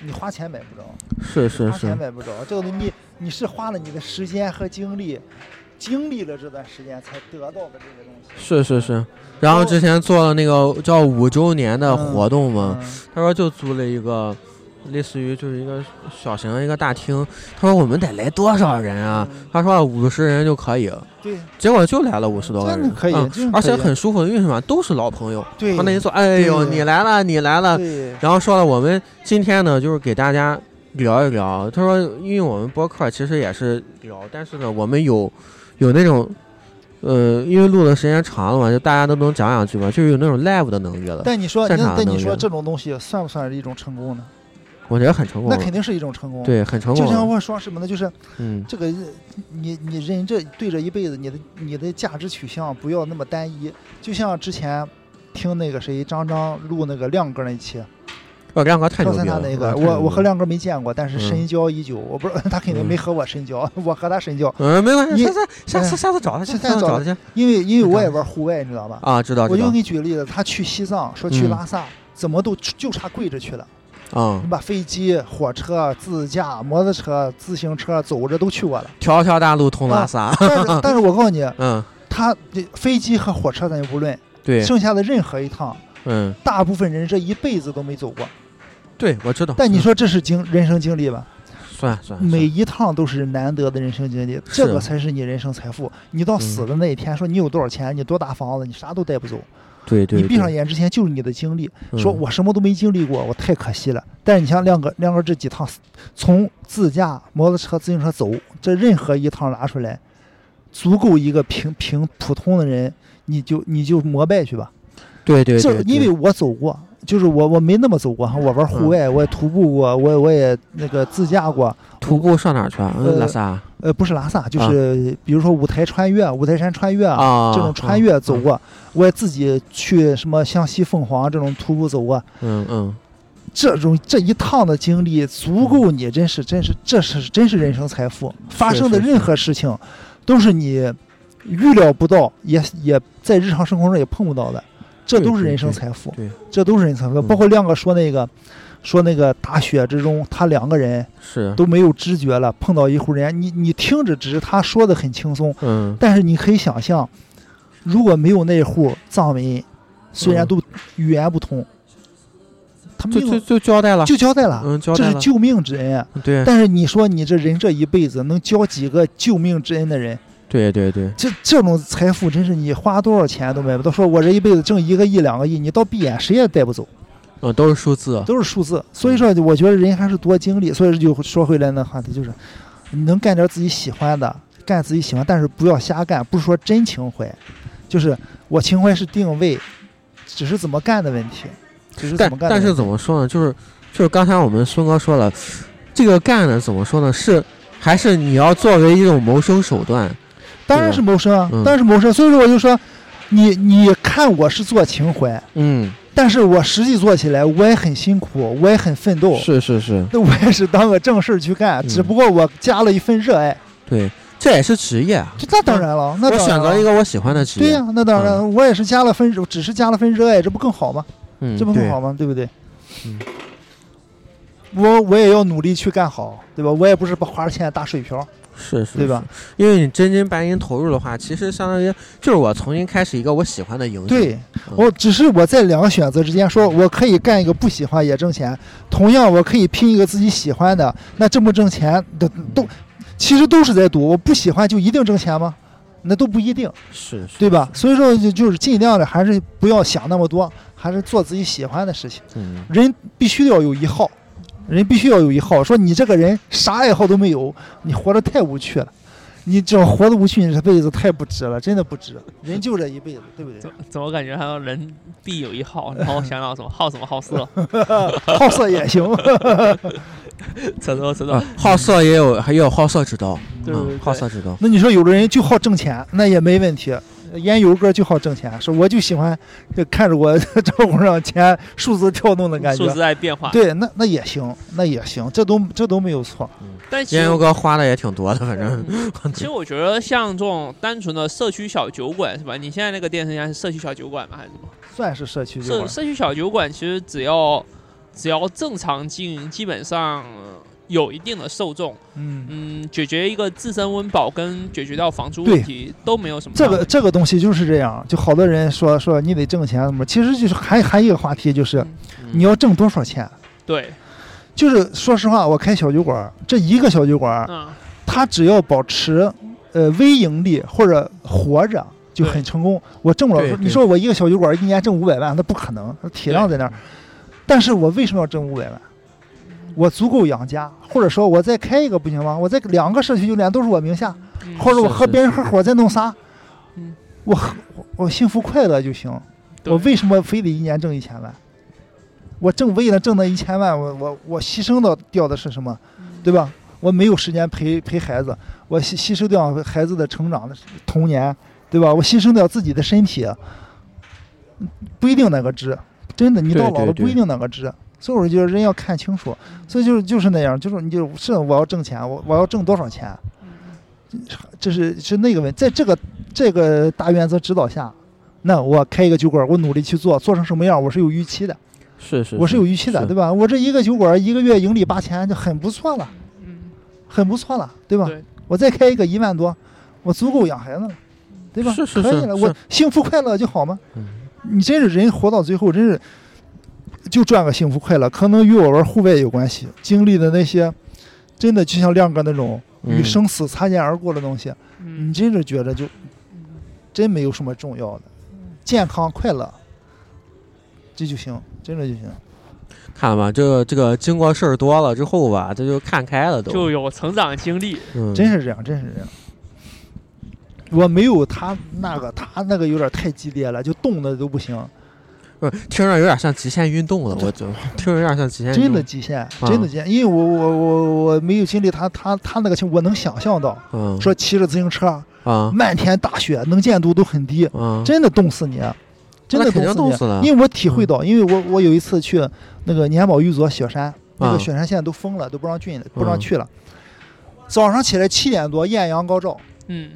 S2: 你花钱买不着，
S1: 是是
S2: 花钱
S1: 是，
S2: 买不着。这个你你是花了你的时间和精力，经历了这段时间才得到的这个东西。
S1: 是是是。然后之前做了那个叫五周年的活动嘛，
S2: 嗯，
S1: 他说就租了一个，类似于就是一个小型的一个大厅。他说我们得来多少人啊？
S2: 嗯
S1: 他说五十人就可以，
S2: 对，
S1: 结果就来了五十多个
S2: 真的
S1: 人，
S2: 可以，
S1: 嗯
S2: 真的
S1: 而
S2: 可
S1: 且
S2: 以
S1: 很舒服，因为什么？都是老朋友。
S2: 对，
S1: 他那一坐，哎呦，
S2: 对
S1: 你来了，你来了。
S2: 对，
S1: 然后说了，我们今天呢，就是给大家聊一聊。他说，因为我们播客其实也是聊，但是呢，我们有有那种呃，因为录的时间长了嘛，就大家都能讲两句嘛，就是有那种 live 的能力了。
S2: 但你说，
S1: 擅
S2: 那
S1: 长
S2: 但
S1: 能
S2: 你说
S1: 源
S2: 这种东西算不算是一种成功呢？
S1: 我觉得很成功
S2: 那
S1: 了，
S2: 肯定是一种成功。，
S1: 对，很成
S2: 就
S1: 功
S2: 像
S1: 了。
S2: 问双什么呢？就是
S1: 嗯，
S2: 这个，你你人这对这一辈子，你的你的价值取向不要那么单一。就像之前听那个谁张张录那个亮哥那一期，
S1: 哦，亮哥太
S2: 赵
S1: 牛逼
S2: 三
S1: 了。
S2: 大那
S1: 啊
S2: 个，
S1: 太牛
S2: 我我
S1: 逼
S2: 和
S1: 了
S2: 亮哥没见过，但是深交已久。我不知道 他肯定没和我深交， 我和他深交，
S1: 嗯，没关系，
S2: 你
S1: 下次下次
S2: 哎
S1: 下次找他去，
S2: 下次
S1: 下次
S2: 找
S1: 找
S2: 他
S1: 他去
S2: 因为因为我也玩户外，你知道吧？
S1: 啊，知道
S2: 我
S1: 知
S2: 就
S1: 道
S2: 给你举个例子，他去西藏说去
S1: 嗯
S2: 拉萨，怎么都就差跪着去了。
S1: 啊
S2: 你，把飞机、火车、自驾、摩托车、自行车、走着都去 过了。
S1: 条条大路通拉
S2: 啊
S1: 萨，
S2: 但是，但是我告诉你，
S1: 嗯，
S2: 他这飞机和火车咱就不论，
S1: 对，
S2: 剩下的任何一趟，
S1: 嗯，
S2: 大部分人这一辈子都没走过。
S1: 对，我知道。
S2: 但你
S1: 嗯
S2: 说这是经人生经历吧？
S1: 算算算
S2: 每一趟都是难得的人生经历，
S1: 嗯是嗯
S2: 这个才是你人生财富。你到死的那一天，说你有多少钱，你多大房子，你啥都带不走。
S1: 对对，
S2: 你闭
S1: 对
S2: 上眼之前就是你的经历。说
S1: 嗯
S2: 我什么都没经历过，我太可惜了。但是你像亮哥，亮哥这几趟，从自驾、摩托车、自行车走，这任何一趟拿出来，足够一个平平普通的人，你就你就膜拜去吧。
S1: 对对
S2: 这
S1: 对，
S2: 因为
S1: 对嗯
S2: 我走过，就是我我没那么走过哈，我玩户外，我也徒步过，我也我也那个自驾过，
S1: 徒步上哪儿去啊？嗯
S2: 呃
S1: 拉萨
S2: 呃，不是拉萨，就是比如说五台穿越、五台山穿越
S1: 啊，
S2: 这种
S1: 嗯
S2: 穿越走，过，我也自己去什么湘西凤凰这种徒步走过，
S1: 嗯嗯，
S2: 这种这一趟的经历足够你，真是真是这是真是人生财富。发生的
S1: 是是
S2: 任何事情，都是你预料不到，也也在日常生活中也碰不到的，这
S1: 对
S2: 都是
S1: 对
S2: 人生
S1: 对
S2: 财富
S1: 对。
S2: 这都是人生财富。
S1: 嗯
S2: 包括亮哥说那个，说那个大雪之中，他两个人
S1: 是，
S2: 都没有知觉了，碰到一户人家，你你听着，只是他说的很轻松，
S1: 嗯，
S2: 但是你可以想象，如果没有那户藏民，虽然
S1: 嗯
S2: 都语言不通，他没
S1: 就
S2: 有
S1: 就就交代了，
S2: 就交代了，
S1: 嗯，交
S2: 这
S1: 代
S2: 是
S1: 了，嗯
S2: 救命之恩啊。
S1: 对
S2: 但是你说你这人这一辈子能交几个救命之恩的人？
S1: 对对对，
S2: 这这种财富真是你花多少钱都买不到。说我这一辈子挣一个亿、两个亿，你到闭眼谁也带不走，
S1: 嗯，都是数字，
S2: 都是数字。所以说，我觉得人还是多经历。所以就说回来那话题，就是你能干点自己喜欢的，干自己喜欢，但是不要瞎干。不是说真情怀，就是我情怀是定位，只是怎么干的问题，只是怎
S1: 但
S2: 么干的
S1: 但
S2: 问题。
S1: 是怎么说呢？就是就是刚才我们孙哥说了，这个干呢怎么说呢？是还是你要作为一种谋生手段，
S2: 当然是谋生啊，
S1: 嗯
S2: 当然是谋生。所以说我就说，你你看我是做情怀，
S1: 嗯，
S2: 但是我实际做起来我也很辛苦，我也很奋斗。
S1: 是是是，
S2: 那我也是当个正事儿去干，
S1: 嗯
S2: 只不过我加了一份热爱。
S1: 对，这也是职业啊。
S2: 这那当然了，那
S1: 我
S2: 当然
S1: 选
S2: 了
S1: 择一个嗯我喜欢的职业，
S2: 对呀、那当然，我也是加了份，只是加了份热爱，这不更好吗？
S1: 嗯，
S2: 这不更
S1: 对
S2: 好吗？对不对？
S1: 嗯
S2: 我我也要努力去干好，对吧？我也不是把花钱打水漂，
S1: 是是，
S2: 对吧？
S1: 是？因为你真金白银投入的话，其实相当于就是我重新开始一个我喜欢的营生。
S2: 对
S1: 嗯
S2: 我只是我在两个选择之间说，我可以干一个不喜欢也挣钱，同样我可以拼一个自己喜欢的，那挣不挣钱的都其实都是在赌，我不喜欢就一定挣钱吗？那都不一定，
S1: 是是，
S2: 对吧？所以说就就是尽量的还是不要想那么多，还是做自己喜欢的事情。
S1: 嗯，
S2: 人必须要有一号，人必须要有一号。说你这个人啥爱好都没有，你活得太无趣了。你这样活得无趣，你这辈子太不值了，真的不值。人就这一辈子，对不对？
S3: 嗯怎么感觉好像人必有一好？然后想到什么好什么好色，
S2: 好色也行。
S3: 扯多扯多
S1: 啊，，好色也有，还有好色之道，
S3: 对对对
S1: 嗯，好色之道，
S2: 那你说有的人就好挣钱，那也没问题。烟油哥就好挣钱，说我就喜欢这看着我 账户上钱数字跳动的感
S3: 数
S2: 觉
S3: 字。在变化。
S2: 对，那那也行，那也行，这都这都没有错。
S3: 但其
S1: 烟
S3: 实
S1: 油哥花的也挺多的，反正，
S2: 嗯
S3: 其实我觉得像这种单纯的社区小酒馆是吧？你现在那个店是像是社区小酒馆吗？还是什么？
S2: 算是社区酒
S3: 社
S2: 馆，
S3: 社区小酒馆其实只要只要正常经营，基本上呃有一定的受众，
S2: 嗯，
S3: 嗯，解决一个自身温饱跟解决掉房租问题都没有什么
S2: 这
S3: 大问
S2: 个
S3: 题。
S2: 这个东西就是这样，就好多人说说你得挣钱什么，其实就是还还有一个话题就是
S1: 嗯
S2: 你要挣多少钱。
S3: 对，
S2: 就是说实话，我开小酒馆，这一个小酒馆，
S3: 嗯，
S2: 他只要保持呃微盈利或者活着就很成功。我挣不
S1: 对
S2: 了，
S1: 对
S2: 你说我一个小酒馆一年挣五百万，那不可能，那体量在那儿。但是我为什么要挣五百万？我足够养家，或者说我再开一个不行吗？我再两个社区酒店都是我名下，
S3: 嗯
S2: 或者我
S1: 是
S2: 和
S1: 是
S2: 别人
S1: 是
S2: 合伙再弄仨，
S3: 嗯
S2: 我我我幸福快乐就行。
S3: 对
S2: 我为什么非得一年挣一千万？我挣为了挣那一千万，我我我牺牲到掉的是什么，
S3: 嗯
S2: 对吧？我没有时间陪陪孩子，我牺牺牲掉孩子的成长的童年，对吧？我牺牲掉自己的身体，不一定哪个值，真的，你
S1: 对
S2: 到老
S1: 对
S2: 了
S1: 对
S2: 不一定哪个值。所以我觉得人要看清楚，
S3: 嗯
S2: 所以就是就是那样，就是你就是我要挣钱，我我要挣多少钱，这是是那个问，在这个这个大原则指导下，那我开一个酒馆，我努力去做，做成什么样，我是有预期的，
S1: 是是，
S2: 我是有预期的，
S1: 是
S2: 对吧？我这一个酒馆一个月盈利八千就很不错了，
S3: 嗯，
S2: 很不错了，对吧？
S3: 对
S2: 我再开一个一万多，我足够养孩子了，对吧？
S1: 是是
S2: 可以
S1: 是
S2: 了，
S1: 是
S2: 我幸福快乐就好吗？
S1: 嗯
S2: 你真是人活到最后，真是就赚个幸福快乐，可能与我玩户外有关系，经历的那些，真的就像亮哥那种与
S1: 嗯
S2: 生死擦肩而过的东西，你
S3: 嗯
S2: 真是觉得就真没有什么重要的，健康快乐，这就行，真的就行。
S1: 看吧，这个这个经过事儿多了之后吧，这就看开了都，
S3: 就有成长经历，
S1: 嗯
S2: 真是这样，真是这样。我没有他那个，他那个有点太激烈了，就冻的都不行，
S1: 不是听着有点像极限运动了，我就听着有点像极限运
S2: 真
S1: 动
S2: 的，极限，真的极限。因为我我我我没有经历他他他那个情况，我能想象到，
S1: 嗯，
S2: 说骑着自行车，
S1: 啊
S2: 漫天大雪，能见度都很低，
S1: 啊，
S2: 真的冻死你，真的
S1: 肯定
S2: 冻
S1: 冻
S2: 死
S1: 死了嗯
S2: 你。，因为我体会到，因为我我有一次去那个年保玉佐雪山，那
S1: 啊
S2: 个雪山现在都封了，都不让进了，不让
S1: 嗯
S2: 去了。早上起来七点多，艳阳高照，
S3: 嗯，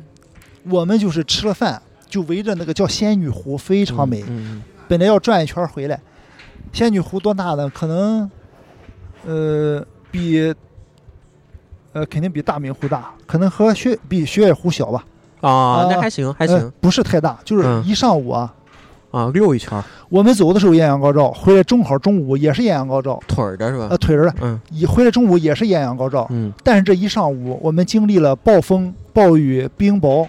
S2: 我们就是吃了饭，就围着那个叫仙女湖，非常美。
S1: 嗯，
S2: 本来要转一圈回来，仙女湖多大呢？可能，呃，比，呃，肯定比大明湖大，可能和雪比雪野湖小吧，
S1: 嗯啊，那
S2: 啊
S1: 还行还
S2: 呃
S1: 行
S2: 不是太大，就是
S1: 嗯
S2: 一上午啊。
S1: 啊，溜一圈儿
S2: 我们走的时候艳阳高照，回来正好中午也是艳阳高照，
S1: 腿儿的是吧
S2: 呃，？腿着了，
S1: 嗯
S2: 也回来中午也是艳阳高照。
S1: 嗯
S2: 但是这一上午，我们经历了暴风、暴雨、冰雹，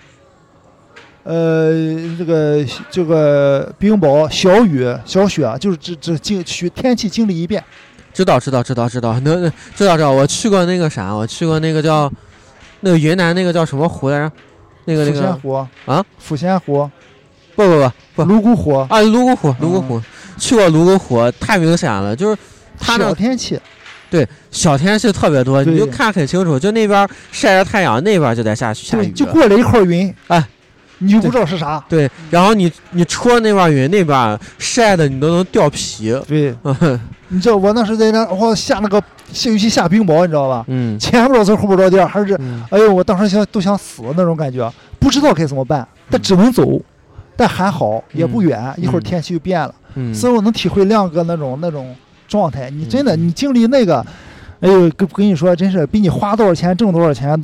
S2: 呃，这个这个冰雹、小雨、小雪啊，就是这这经许天气经历一遍。
S1: 知道知道知道知道， 那那知道知道，我去过那个啥，我去过那个叫那个云南那个叫什么湖来着？那个那
S2: 抚仙
S1: 个
S2: 湖
S1: 啊，
S2: 抚仙湖、
S1: 不不不不
S2: 泸沽湖，
S1: 啊，泸沽
S2: 哦
S1: 湖泸沽湖，去过泸沽湖，太明显了，就是它那
S2: 小天气，
S1: 小天气特别多，
S2: 啊对
S1: 你就看很清楚，就那边晒着太阳，那边就在下下
S2: 对，
S1: 雨。啊
S2: 就过来一块云，
S1: 哎，
S2: 你就不知道是啥。
S1: 对，然后你你戳那边云，那边晒的你都能掉皮。 嗯
S2: 对，你知道我那时在那，我下那个下，尤其下冰雹，你知道吧？
S1: 嗯
S2: 前不着村后不着店，还是
S1: 嗯
S2: 哎呦，我当时想都想死那种感觉，不知道该怎么办，但只能
S1: 嗯
S2: 走。但还好也不远，一会儿天气就变了，
S1: 嗯，
S2: 所以我能体会亮哥那种那种状态。你真的，
S1: 嗯
S2: 你经历那个，哎呦，跟跟你说，真是比你花多少钱挣多少钱，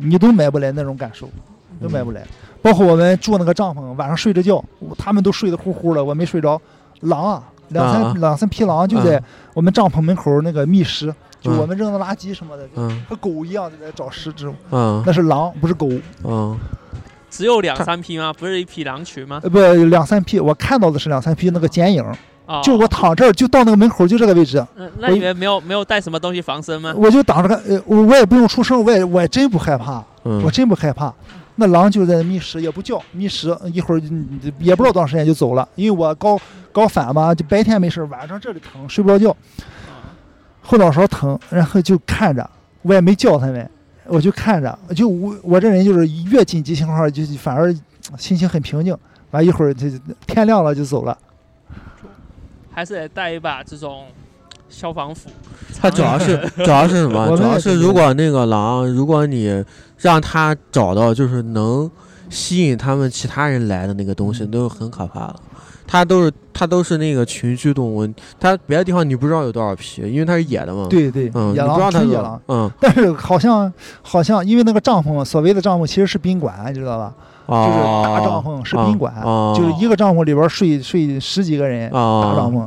S2: 你都买不来那种感受，都买不
S1: 嗯
S2: 来。包括我们住那个帐篷，晚上睡着觉，我他们都睡得呼呼的，我没睡着。狼啊，两三、
S1: 啊
S2: 两三匹狼就在我们帐篷门口那个觅食，就
S1: 嗯
S2: 我们扔的垃圾什么的，
S1: 嗯
S2: 和狗一样在那找食植物。
S1: 嗯
S2: 那是狼，不是狗。
S1: 嗯
S3: 只有两
S1: 看
S3: 三匹吗？不是一匹狼群吗？
S2: 呃，不，两三匹，我看到的是两三匹那个剪影，
S3: 啊，
S2: 呃就我躺这儿，就到那个门口，就这个位置，
S3: 那那你们没有没有带什么东西防身吗？
S2: 我就挡着看，呃，我我也不用出声，我也我也真不害怕，我
S1: 嗯，
S2: 真不害怕。那狼就在那觅食，也不叫，觅食一会儿嗯也不知道多长时间就走了，因为我高高反嘛，就白天没事，晚上这里疼，睡不着觉，后脑勺疼，然后就看着，我也没叫他们，我就看着，就我我这人就是越紧急情况就反而心情很平静，完一会儿就天亮了就走了。
S3: 还是得带一把这种消防斧。
S1: 它主要 是主要是什
S2: 我
S1: 么？
S2: 们
S1: 主要
S2: 也
S1: 是
S2: 是
S1: 如果那个狼，如果你让它找到就是能吸引他们其他人来的那个东
S2: 嗯
S1: 西，都很可怕了。它都是它都是那个群居动物，它别的地方你不知道有多少匹，因为它是野的嘛。，
S2: 对对，
S1: 嗯，你
S2: 野
S1: 不
S2: 狼
S1: 让它
S2: 纯
S1: 多
S2: 野
S1: 少
S2: 狼，，
S1: 嗯
S2: 但是好像好像因为那个帐篷，所谓的帐篷其实是宾馆，你知道吧？就是
S1: 哦，
S2: 大帐篷是宾馆，
S1: 哦
S2: 就是一个帐篷里边睡睡十几个人，
S1: 哦，
S2: 大帐篷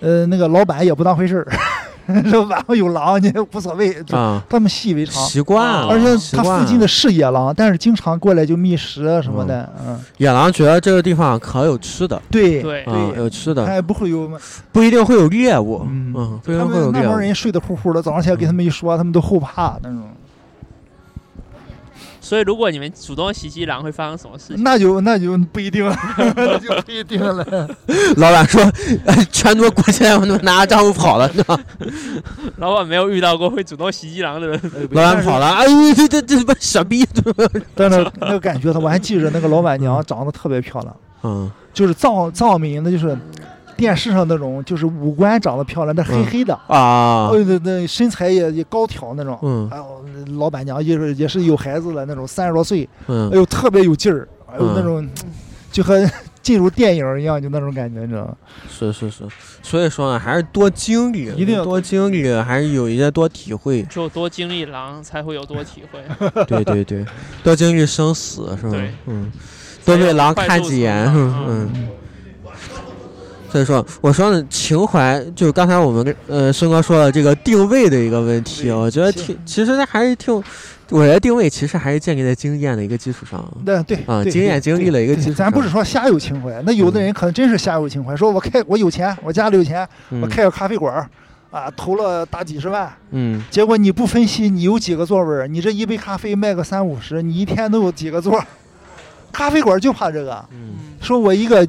S2: 呃，那个老板也不当回事儿， 说晚上有狼你无所谓，就
S1: 啊，
S2: 他们习以为常。
S1: 习惯了，
S2: 啊而且
S1: 习
S2: 他
S1: 惯
S2: 附近的
S1: 了哦
S2: 是野狼，但是经常过来就觅食啊什么的，嗯，
S1: 野狼觉得这个地方可有吃的，
S2: 对，
S3: 对，
S1: 嗯，有吃的，
S2: 他也不会有，
S1: 不一定会有猎物，
S2: 嗯
S1: 嗯，不一
S2: 他
S1: 定会
S2: 们
S1: 有嗯
S2: 那帮
S1: 猎物。
S2: 人睡得呼呼的，早上起来给他们一说，他们都后怕那种。
S3: 所以如果你们主动袭击狼，会发生什么事情？
S2: 那就那就不一定了， 那就不一定了。
S1: 老板说，哎全都滚起来，我他妈拿着账户跑了，是吧？
S2: 嗯
S3: 老板没有遇到过会主动袭击狼的人，，
S1: 老板跑了，哎呦，这这这他妈傻逼！
S2: 但是那个感觉的，我还记着那个老板娘长得特别漂亮，
S1: 嗯
S2: 就是藏藏民的，就是电视上那种，就是五官长得漂亮，但黑黑的，
S1: 嗯啊
S2: 哦，那那身材也也高挑那种。
S1: 嗯
S2: 哎呦，那老板娘也是也是有孩子了那种，三十多岁，哎
S1: 嗯，
S2: 呦特别有劲儿，哎呦
S1: 嗯
S2: 那种就和进入电影一样，就那种感觉，你知道吗？
S1: 是是是，所以说呢，还是多经历，
S2: 一定要
S1: 多经历，还是有一些多体会
S3: 只有多经历狼，才会有多体 会。
S1: 对对对，多经历生死是吧
S3: 对？
S1: 嗯，多被狼看几眼，
S3: 才有快速成长
S1: 嗯。所以说，我说的情怀，就刚才我们跟呃生哥说的这个定位的一个问题，
S2: 对
S1: 我觉得
S2: 是
S1: 挺，其实它还是挺，我觉得定位其实还是建立在经验的一个基础上
S2: 那对
S1: 啊，
S2: 对
S1: 经验经历
S2: 对
S1: 了一个
S2: 对
S1: 基础上。嗯
S2: 咱不是说瞎有情怀，那有的人可能真是瞎有情怀，说我开我有钱，我家里有钱，我
S1: 嗯
S2: 开个咖啡馆儿，啊，投了大几十万，
S1: 嗯，
S2: 结果你不分析你有几个座位儿，你这一杯咖啡卖个三五十，你一天能有几个座儿？ 咖啡馆就怕这个，
S1: 嗯
S2: 说我一个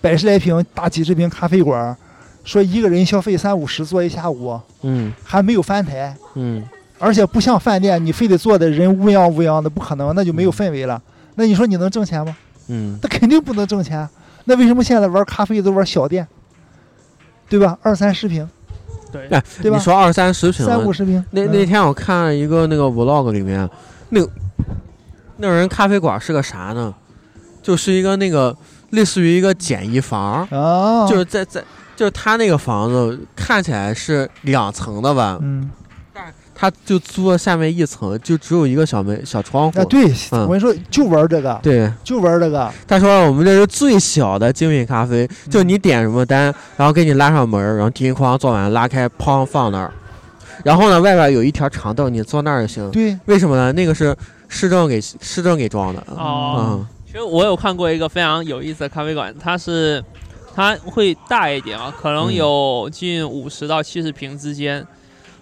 S2: 百十来平、大几十平咖啡馆儿，说一个人消费三五十坐一下午，
S1: 嗯
S2: 还没有翻台，
S1: 嗯
S2: 而且不像饭店，你非得坐的人乌泱乌泱的，不可能，那就没有氛围了。那你说你能挣钱吗？
S1: 嗯
S2: 那肯定不能挣钱。啊那为什么现在玩咖啡都玩小店，对吧？二三十平，
S3: 对，
S1: 哎，
S2: 对吧
S1: 你说二三十平，
S2: 三五十平，
S1: 那
S2: 嗯
S1: 那天我看了一个那个 vlog 里面，那个那个人咖啡馆是个啥呢？就是一个那个类似于一个简易房，
S2: 啊，
S1: 就是在在就是他那个房子看起来是两层的吧，
S2: 嗯，
S1: 他就租了下面一层，就只有一个小门小窗户。
S2: 啊，对，
S1: 嗯
S2: 我跟你说，就玩这个，
S1: 对嗯
S2: 就玩这个，
S1: 他说我们这是最小的精品咖啡，就
S2: 嗯
S1: 你点什么单，然后给你拉上门儿，然后叮哐做完拉开，砰放那儿，然后呢外边有一条长凳，你坐那儿就行。
S2: 对，
S1: 为什么呢？那个是市政给市政给装的。
S3: 哦，
S1: 嗯
S3: 其实我有看过一个非常有意思的咖啡馆，它是它会大一点啊，可能
S1: 嗯
S3: 有近五十到七十平之间，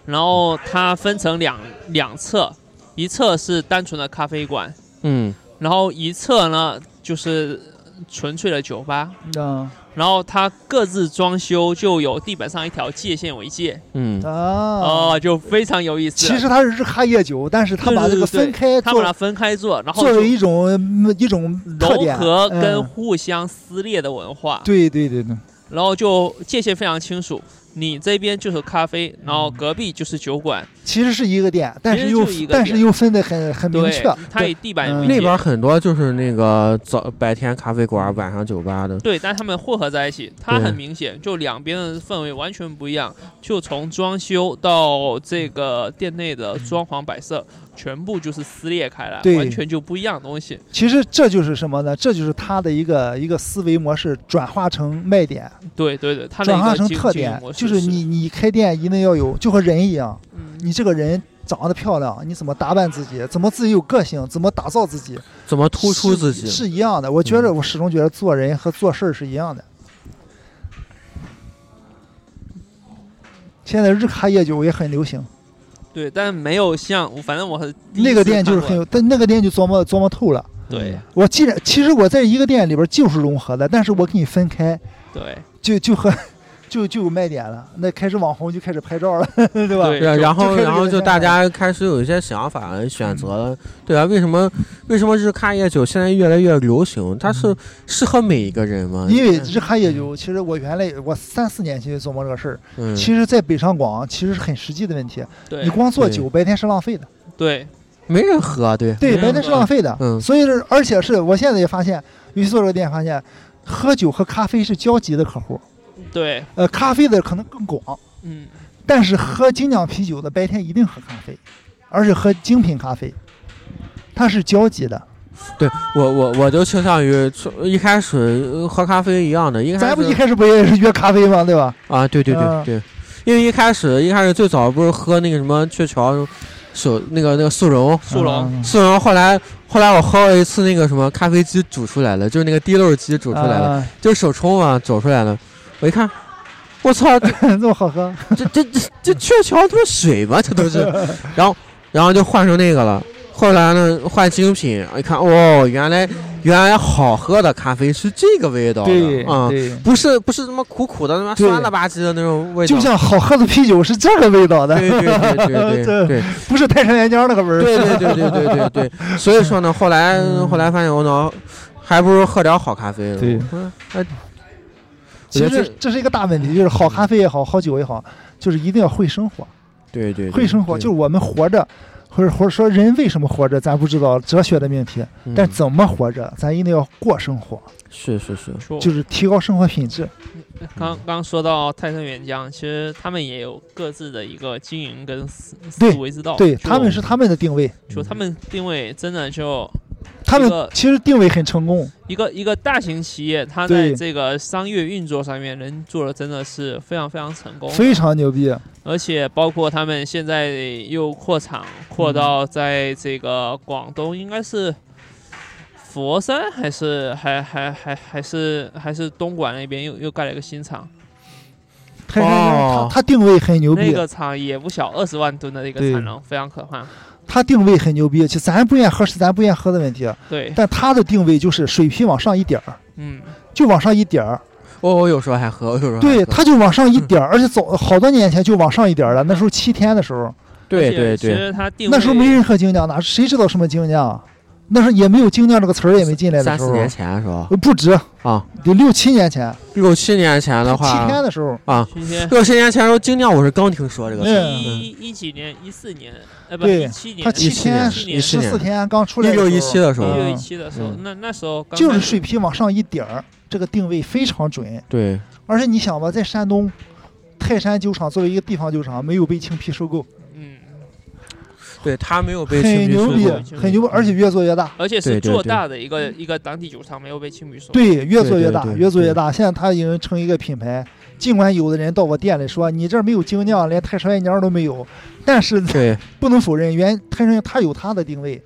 S3: 然后它分成两两侧，一侧是单纯的咖啡馆，
S1: 嗯
S3: 然后一侧呢就是纯粹的酒吧，
S2: 啊
S3: 然后它各自装修就有地板上一条界限为界，
S1: 嗯
S2: 啊，
S3: 哦，就非常有意思。
S2: 其实它是日咖夜酒，但是它把这个分开
S3: 他把它
S2: 做
S3: 分开做，然后
S2: 作
S3: 就
S2: 为一种嗯一种特
S3: 融
S2: 点，
S3: 合跟
S2: 嗯
S3: 互相撕裂的文化，
S2: 对对对对，
S3: 然后就界限非常清楚。你这边就是咖啡，然后隔壁就是酒馆，
S2: 其实是一个点，但是又
S3: 其实就一个
S2: 但是
S3: 点
S2: 又分得很很明
S3: 对
S2: 确，，
S3: 它以地板
S2: 嗯
S3: 为
S1: 那
S3: 界
S1: 边很多就是那个早白天咖啡馆，晚上酒吧的。
S3: 对，但他们混合在一起，它
S1: 对
S3: 很明显，就两边的氛围完全不一样。就从装修到这个店内的装潢摆设，全部就是撕裂开来，
S2: 对
S3: 完全就不一样的东西。
S2: 其实这就是什么呢？这就是他的一个一个思维模式转化成卖点，
S3: 对对对，它的
S2: 转
S3: 一
S2: 化
S3: 个
S2: 成
S3: 经
S2: 特
S3: 经营
S2: 点
S3: 模，式
S2: 就是你你开店一定要有，就和人一样，
S3: 嗯
S2: 你这个人长得漂亮，你怎么打扮自己，怎么自己有个性，怎么打造自己，
S1: 怎么突出
S2: 是
S1: 自己？嗯
S2: 是一样的。我觉得我始终觉得做人和做事儿是一样的。现在日咖夜酒也很流行，
S3: 对，但没有像，反正我很第一
S2: 那个
S3: 次
S2: 店就是
S3: 看
S2: 很
S3: 过
S2: 有，嗯但那个店就琢磨琢磨透了。
S3: 对
S2: 我既然其实我在一个店里边就是融合的，但是我给你分开，
S3: 对
S2: 就就和就就有卖点了。那开始网红就开始拍照了， 对吧？
S3: 对
S1: 对，然后
S2: 就开始
S1: 然后
S2: 有
S1: 就
S2: 点
S1: 大家开始有一些想法了选择了，对
S2: 嗯
S1: 啊，为什么为什么日咖夜酒现在越来越流行？它是适合每一个人吗？
S2: 嗯因为日韩也有，其实我原来我三四年前就琢磨这个事儿。
S1: 嗯，
S2: 其实，在北上广其实是很实际的问题。你
S3: 对
S2: 光做
S1: 对嗯
S2: 酒，白天是浪费的，
S3: 对
S1: 没人喝，啊对，
S2: 对，
S3: 嗯
S2: 白天是浪费的。
S1: 嗯
S2: 所以是，而且是我现在也发现，尤其做这个店，发现喝酒和咖啡是交集的客户。
S3: 对，
S2: 呃，咖啡的可能更广，
S3: 嗯，
S2: 但是喝精酿啤酒的白天一定喝咖啡，而且喝精品咖啡，它是交集的。
S1: 对我我我就倾向于一开始呃喝咖啡一样的，一开
S2: 咱
S1: 始
S2: 不一开始不也是约咖啡吗？对吧？
S1: 啊，对对对
S2: 嗯
S1: 对，因为一开始一开始最早不是喝那个什么鹊桥手那个那个速溶，
S3: 速溶
S2: 嗯
S1: 速溶后来后来我喝了一次那个什么咖啡机煮出来的，就是那个滴漏机煮出来的，
S2: 啊
S1: 就是手冲嘛煮出来的，我一看。我操，这
S2: 这么好喝，
S1: 这这这这鹊桥他妈水吗？这都是，然后然后就换成那个了，后来呢，换精品，一看哦，原来原来好喝的咖啡是这个味道
S2: 对
S1: 的啊、
S2: 对，
S1: 不是不是什么苦苦的、他妈
S2: 对
S1: 酸了吧唧的那种味道，
S2: 就像好喝的啤酒是 这个味道的，
S1: 对对对对对
S2: 这
S1: 对。
S2: 不是泰山岩浆那个味儿。
S1: 对对对对对对对，所以说呢，后来
S2: 嗯
S1: 后来发现我脑还不如喝点好咖啡了。
S2: 对
S1: 嗯，哎
S2: 其实
S1: 我觉得
S2: 这这是一个大问题，就是好咖啡也好，好酒也好，就是一定要会生活，
S1: 对对，对
S2: 会生活
S1: 对
S2: 就是我们活着，或者或者说人为什么活着，咱不知道哲学的命题，
S1: 嗯
S2: 但怎么活着，咱一定要过生活，
S1: 是是是，
S3: 说
S2: 嗯就是提高生活品质。
S3: 刚刚说到泰山原浆，其实他们也有各自的一个经营跟思思
S2: 对
S3: 维之道。
S2: 对
S3: 哦就
S2: 他们是他们的定位，
S3: 就他们定位真的就
S2: 他们
S3: 这个
S2: 其实定位很成功。
S3: 一个一个大型企业，它在
S2: 对
S3: 这个商业运作上面能做的真的是非常非常成功，
S2: 非常牛
S1: 哦
S2: 逼，
S3: 而且包括他们现在又扩厂扩
S2: 嗯
S3: 到在这个广东，应该是佛山还是还还还还是还是东莞那边又又盖了一个新厂，
S2: 泰山岩
S1: 哦
S2: 浆，它它定位很牛
S3: 那
S2: 逼，
S3: 个厂也不小，二十万吨的一
S2: 啊
S3: 个
S2: 对
S3: 产能，非常可怕。
S2: 它定位很牛逼。其实咱不愿喝是咱不愿喝的问题，
S3: 对，
S2: 但它的定位就是水平往上一点儿，
S3: 嗯，
S2: 就往上一点儿。
S1: 我我有时候还喝，我有时候还
S2: 对，
S1: 喝
S2: 它就往上一
S1: 嗯
S2: 点儿，而且早好多年前就往上一点儿了。那时候七天的时候，
S1: 对
S3: 而且
S1: 对
S3: 其
S1: 对，
S3: 实它定位
S2: 那时候没人喝精酿，哪谁知道什么精酿？那时候也没有精酿这个词儿，也没进来的
S1: 三
S2: 时
S1: 四
S2: 候，
S1: 年前是吧？
S2: 呃不止，
S1: 啊，
S2: 得六七年前，
S1: 六七年前的
S2: 七天
S1: 话，
S2: 的时候，
S1: 啊，
S3: 今天
S1: 六七年前的时候，精酿我是刚听说这个词
S2: 嗯
S1: 儿，
S3: 一一几年，一四年，呃，不，
S2: 对
S3: 一七年，
S2: 它七天
S1: 17
S3: 一
S1: 年
S3: 七
S2: 十
S1: 14
S2: 四天刚出来
S1: 一
S2: 的时
S1: 六
S2: 候，
S1: 一七的时
S3: 一
S1: 候，
S3: 六一
S2: 嗯
S3: 七的时候，
S1: 嗯
S3: 那那时候刚
S2: 就是
S3: 开始
S2: 水平往上一点儿，这个定位非常准。
S1: 对
S2: 而且你想吧，在山东，泰山酒厂作为一个地方酒厂，没有被青啤收购，
S3: 嗯，
S1: 对，他没有被
S2: 很
S1: 青啤
S2: 牛
S1: 收
S2: 逼啊
S1: 购，嗯
S3: 青啤
S2: 很牛逼，而且越做越大。
S3: 而且
S1: 对
S3: 是
S1: 对
S3: 做
S1: 对
S3: 大的一个一个当地酒厂，没有被青旅收。，
S2: 对，越做越大
S1: 对，对
S2: 越做越大。现在它已经成一个品牌。尽管有的人到我店里说你这儿没有精酿，连泰山岩浆都没有，但是
S1: 对，
S2: 不能否认，原泰山它有它的定位，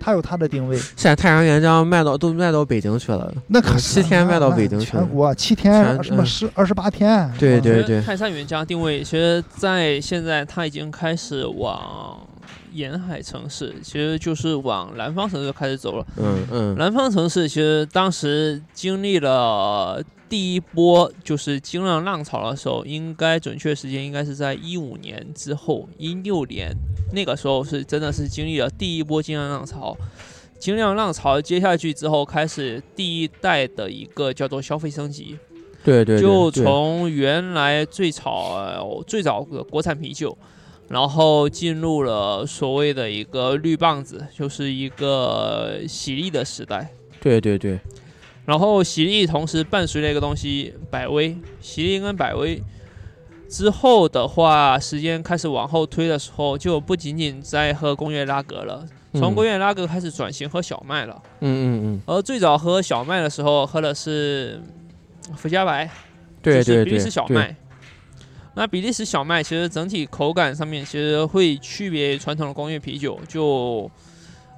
S2: 它有它的定位。
S1: 现在太阳原浆卖到都卖到北京去了，
S2: 那可
S1: 嗯
S2: 是
S1: 七天卖到
S2: 那
S1: 北京去
S2: 全
S1: 了，
S2: 国七天
S1: 全
S2: 什么
S1: 嗯
S2: 十二十八天？啊
S1: 对对
S3: 泰山原浆定位，其实在现在它已经开始往沿海城市，其实就是往南方城市开始走了。
S1: 嗯嗯，
S3: 南方城市其实当时经历了第一波就是精酿浪潮的时候，应该准确时间应该是在一五年之后，一六年那个时候是真的是经历了第一波精酿浪潮。精酿浪潮接下去之后，开始第一代的一个叫做消费升级，
S1: 对对，对
S3: 就
S1: 对
S3: 从原来最早呃最早的国产啤酒，然后进入了所谓的一个绿棒子，就是一个喜力的时代。
S1: 对对对，
S3: 然后喜力同时伴随了一个东西，百威，喜力跟百威。之后的话，时间开始往后推的时候，就不仅仅在喝工业拉格了，从
S1: 嗯
S3: 工业拉格开始转型喝小麦了。
S1: 嗯嗯
S3: 而最早喝小麦的时候，喝的是伏加白，
S1: 嗯，对
S3: 就是
S1: 对
S3: 比
S1: 对
S3: 利时小
S1: 对，
S3: 麦。那比利时小麦其实整体口感上面其实会区别于传统的工业啤酒，就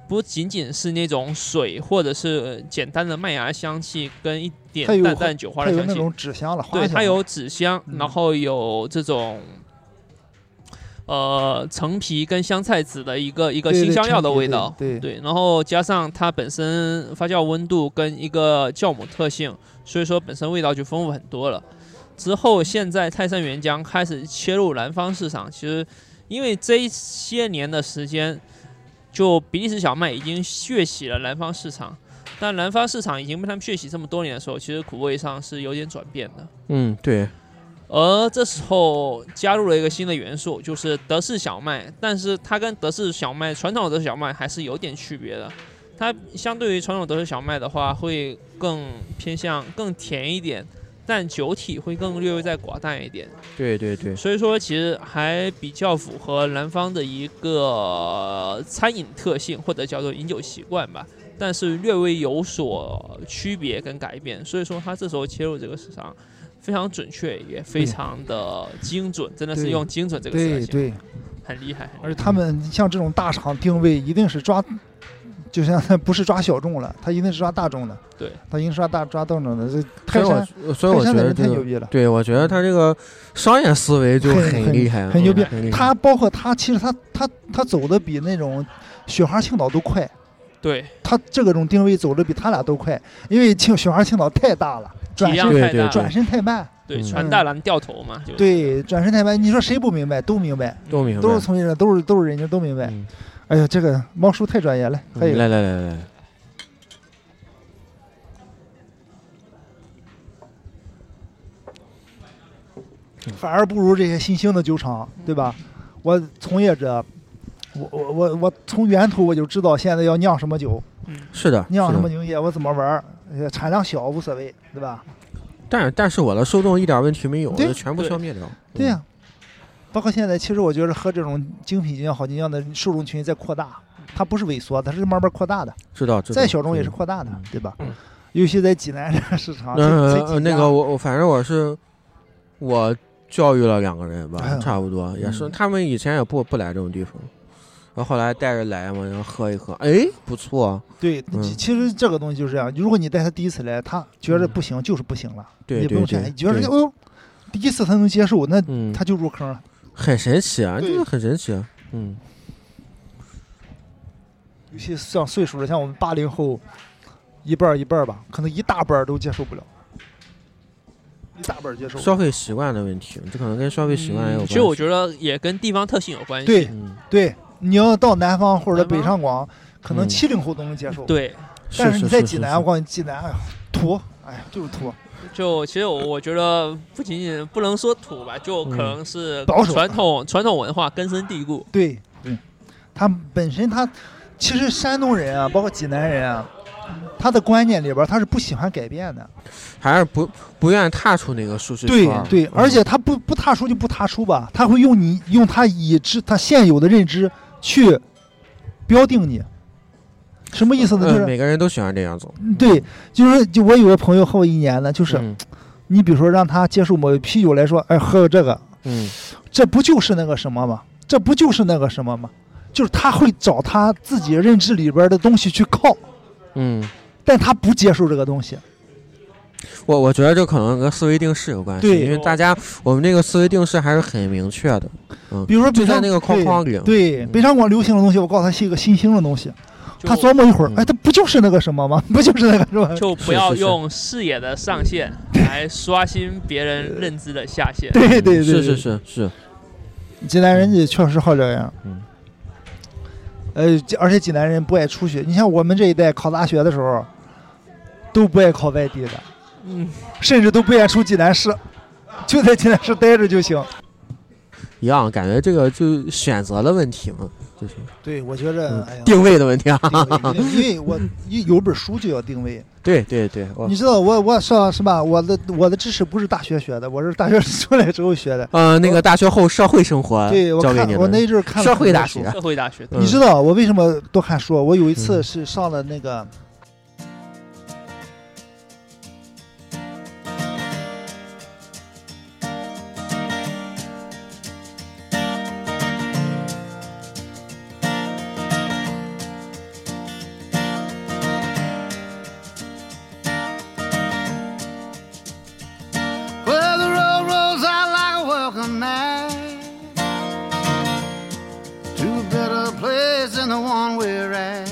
S3: 不仅仅是那种水或者是简单的麦芽香气跟一点
S2: 它有
S3: 淡淡酒花
S2: 它有
S3: 的香
S2: 那
S3: 气，
S2: 种纸箱了，花
S3: 对，
S2: 香
S3: 它
S2: 了
S3: 有纸香，
S2: 嗯
S3: 然后有这种。呃，橙皮跟香菜籽的一个一个
S2: 对
S3: 新
S2: 对
S3: 香料的
S2: 橙皮
S3: 味道，
S2: 对对
S3: 对，然后加上它本身发酵温度跟一个酵母特性，所以说本身味道就丰富很多了。之后，现在泰山原浆开始切入南方市场，其实因为这些年的时间，就比利时小麦已经血洗了南方市场，但南方市场已经被他们血洗这么多年的时候，其实口味上是有点转变的。
S1: 嗯对，
S3: 而这时候加入了一个新的元素，就是德式小麦，但是它跟德式小麦传统的德式小麦还是有点区别的。它相对于传统德式小麦的话，会更偏向更甜一点，但酒体会更略微再寡淡一点。
S1: 对对对，
S3: 所以说，其实还比较符合南方的一个餐饮特性，或者叫做饮酒习惯吧。但是略微有所区别跟改变，所以说它这时候切入这个市场非常准确，也非常的精准，真的是
S2: 对
S3: 用“精准”这个词来
S2: 对
S3: 形容，
S2: 对，
S3: 很厉害。很厉害
S2: 而且他们像这种大厂定位，一定是抓就像 他不是抓小众了，他一定是抓大众的。
S3: 对，
S2: 他一定是抓大抓大众的。这
S1: 所
S2: 泰
S1: 以
S2: 山，
S1: 我所以
S2: 泰
S1: 我觉
S2: 山的
S1: 得
S2: 人太
S1: 这
S2: 牛
S1: 个，
S2: 逼了。
S1: 对我觉得他这个商业思维就
S2: 很
S1: 很
S2: 很
S1: 厉害，啊
S2: 很牛逼
S1: 很厉害
S2: 他包括他，其实他他他走的比那种雪花青岛都快，
S3: 对，
S2: 他这个种定位走的比他俩都快，因为青雪花青岛太大了，转
S3: 体量
S2: 身
S1: 对
S3: 太
S1: 对
S3: 大，
S1: 对
S2: 转身太慢，
S3: 对，
S1: 嗯
S3: 传大郎掉头嘛，就
S2: 对，转身太慢，你说谁不明白？都明白，
S1: 都明白，
S2: 都是从业者，都是都是人家都明白。
S1: 嗯
S2: 哎呀，这个猫叔太专业了，还
S1: 嗯
S2: 有
S1: 来来来来，
S2: 反而不如这些新兴的酒厂，对吧？我从业者，我我我我从源头我就知道现在要酿什么酒，
S3: 嗯
S1: 是的，
S2: 酿
S1: 是
S2: 什
S1: 的
S2: 么营业，我怎么玩儿，呃产量小无所谓，对吧？
S1: 但但是我的受众一点问题没有，我
S2: 对
S1: 就全部
S3: 对
S1: 消灭掉。
S2: 对
S1: 嗯
S2: 呀、包括现在，其实我觉得喝这种精品精酿、好精酿的受众群在扩大，它不是萎缩，它是慢慢扩大的，
S1: 知道知道。
S2: 再小众也
S1: 嗯
S2: 是扩大的
S1: 嗯，
S2: 对吧
S3: 嗯？
S2: 尤其在济啊南这个市场，
S1: 嗯
S2: 这
S1: 呃那个，我我反正我是我教育了两个人
S2: 哎
S1: 吧，
S2: 呦
S1: 差不多也是，
S2: 嗯
S1: 他们以前也不不来这种地方，然后后来带着来嘛，然后喝一喝，哎，不错，
S2: 对，
S1: 嗯
S2: 其其实这个东西就是这样。如果你带他第一次来，他觉得
S1: 嗯
S2: 不行就是不行了，
S1: 对
S2: 也不
S1: 对
S2: 用劝，
S1: 对，
S2: 你觉得
S1: 对
S2: 哎呦，第一次他能接受，那
S1: 嗯，
S2: 他就入坑了。
S1: 很神奇啊，
S2: 对
S1: 这个很神奇啊，嗯，
S2: 尤其像岁数的，像我们八零后，一半儿一半儿吧，可能一大半儿都接受不了，一大半儿接受不了。
S1: 消费习惯的问题，这可能跟消费习惯也有
S3: 嗯
S1: 关
S3: 其
S1: 系。
S3: 实我觉得也跟地方特性有关系。
S2: 对
S1: 嗯，
S2: 对，你要到南方或者
S3: 南方
S2: 北上广，可能
S1: 嗯
S2: 七零后都能接受。，
S3: 对，
S2: 但
S1: 是
S2: 你在
S1: 是
S2: 济
S1: 是
S2: 南，我告诉你，济南哎呀，土，哎呀，就是土，
S3: 就其实我我觉得不仅仅不能说土吧，就可能是
S2: 嗯保守
S3: 传统传统文化根深蒂固。
S2: 对对，他本身他其实山东人啊，包括济南人啊，他的观念里边儿他是不喜欢改变的。
S1: 还是不不愿踏出那个舒适
S2: 对
S1: 圈儿，
S2: 对，
S1: 嗯
S2: 而且他不不踏出就不踏出吧，他会用你用他已知他现有的认知去标定你。什么意思呢？就
S1: 呃
S2: 是、嗯
S1: 每个人都喜欢这样走，
S2: 对，就是就我有个朋友和我一年的，就是、
S1: 嗯
S2: 你比如说让他接受某一啤酒来说，哎，喝这个，
S1: 嗯，
S2: 这不就是那个什么吗？这不就是那个什么吗？就是他会找他自己认知里边的东西去靠，
S1: 嗯，
S2: 但他不接受这个东西。
S1: 我我觉得这可能跟思维定式有关系，
S2: 对哦
S1: 因为大家我们这个思维定式还是很明确的，
S2: 比如说
S1: 就
S2: 北
S1: 在
S2: 上
S1: 那个框
S2: 对
S1: 框里。
S2: 对，
S1: 嗯
S2: 北上广流行的东西，我告诉他是一个新兴的东西，
S3: 就
S2: 他琢磨一会儿
S1: 嗯，
S2: 哎，他不就是那个什么吗？ 不就是那个什么？
S3: 就是不要
S1: 是是
S3: 用视野的上限来刷新别人认知的下限。
S2: 对对对，
S1: 嗯是是
S2: 对，
S1: 是是，
S2: 济南人也确实好这样。
S1: 嗯，
S2: 呃，这而且济南人不爱出去，你像我们这一代考大学的时候，都不爱考外地的，
S3: 嗯，
S2: 甚至都不愿出济南市，就在济南市待着就行。
S1: 一样，感觉这个就选择的问题嘛，就是
S2: 对，我觉着，
S1: 嗯
S2: 哎呀。
S1: 定位的问题啊。
S2: 定位因为我有有本书就要定位，
S1: 对对对，我
S2: 你知道我我上是吧？我的我的知识不是大学学的，我是大学出来之后学的。
S1: 呃那个大学后社会生活
S2: 对，我
S1: 交给
S2: 看
S1: 你
S2: 我那
S1: 的，
S2: 一阵儿看了
S1: 社会
S2: 很多
S1: 大
S2: 书
S1: 学
S3: 社会大学，
S1: 嗯
S2: 你知道我为什么多看书？我有一次
S1: 嗯
S2: 是上了那个，
S4: Well, the road rolls out like a welcome mat to a better place than the one we're at.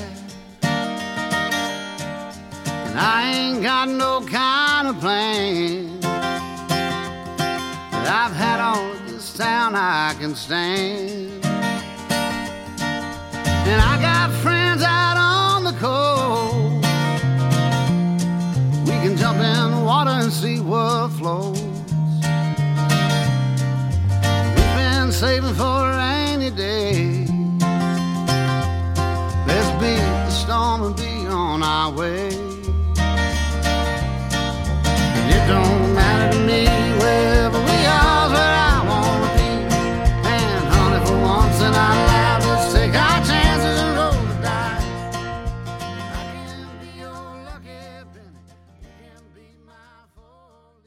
S4: And I ain't got no kind of plan. But I've had all of this town I can stand. And I got friends out on the coast. We can jump in the water and see what flows. We've been saving for a rainy day. Let's beat the storm and be on our way. And it don't matter to me wherever we are, it's where I wanna be. And honey, for once in our lives, let's take our chances and roll the dice. I can be your lucky penny. You can be my four-leaf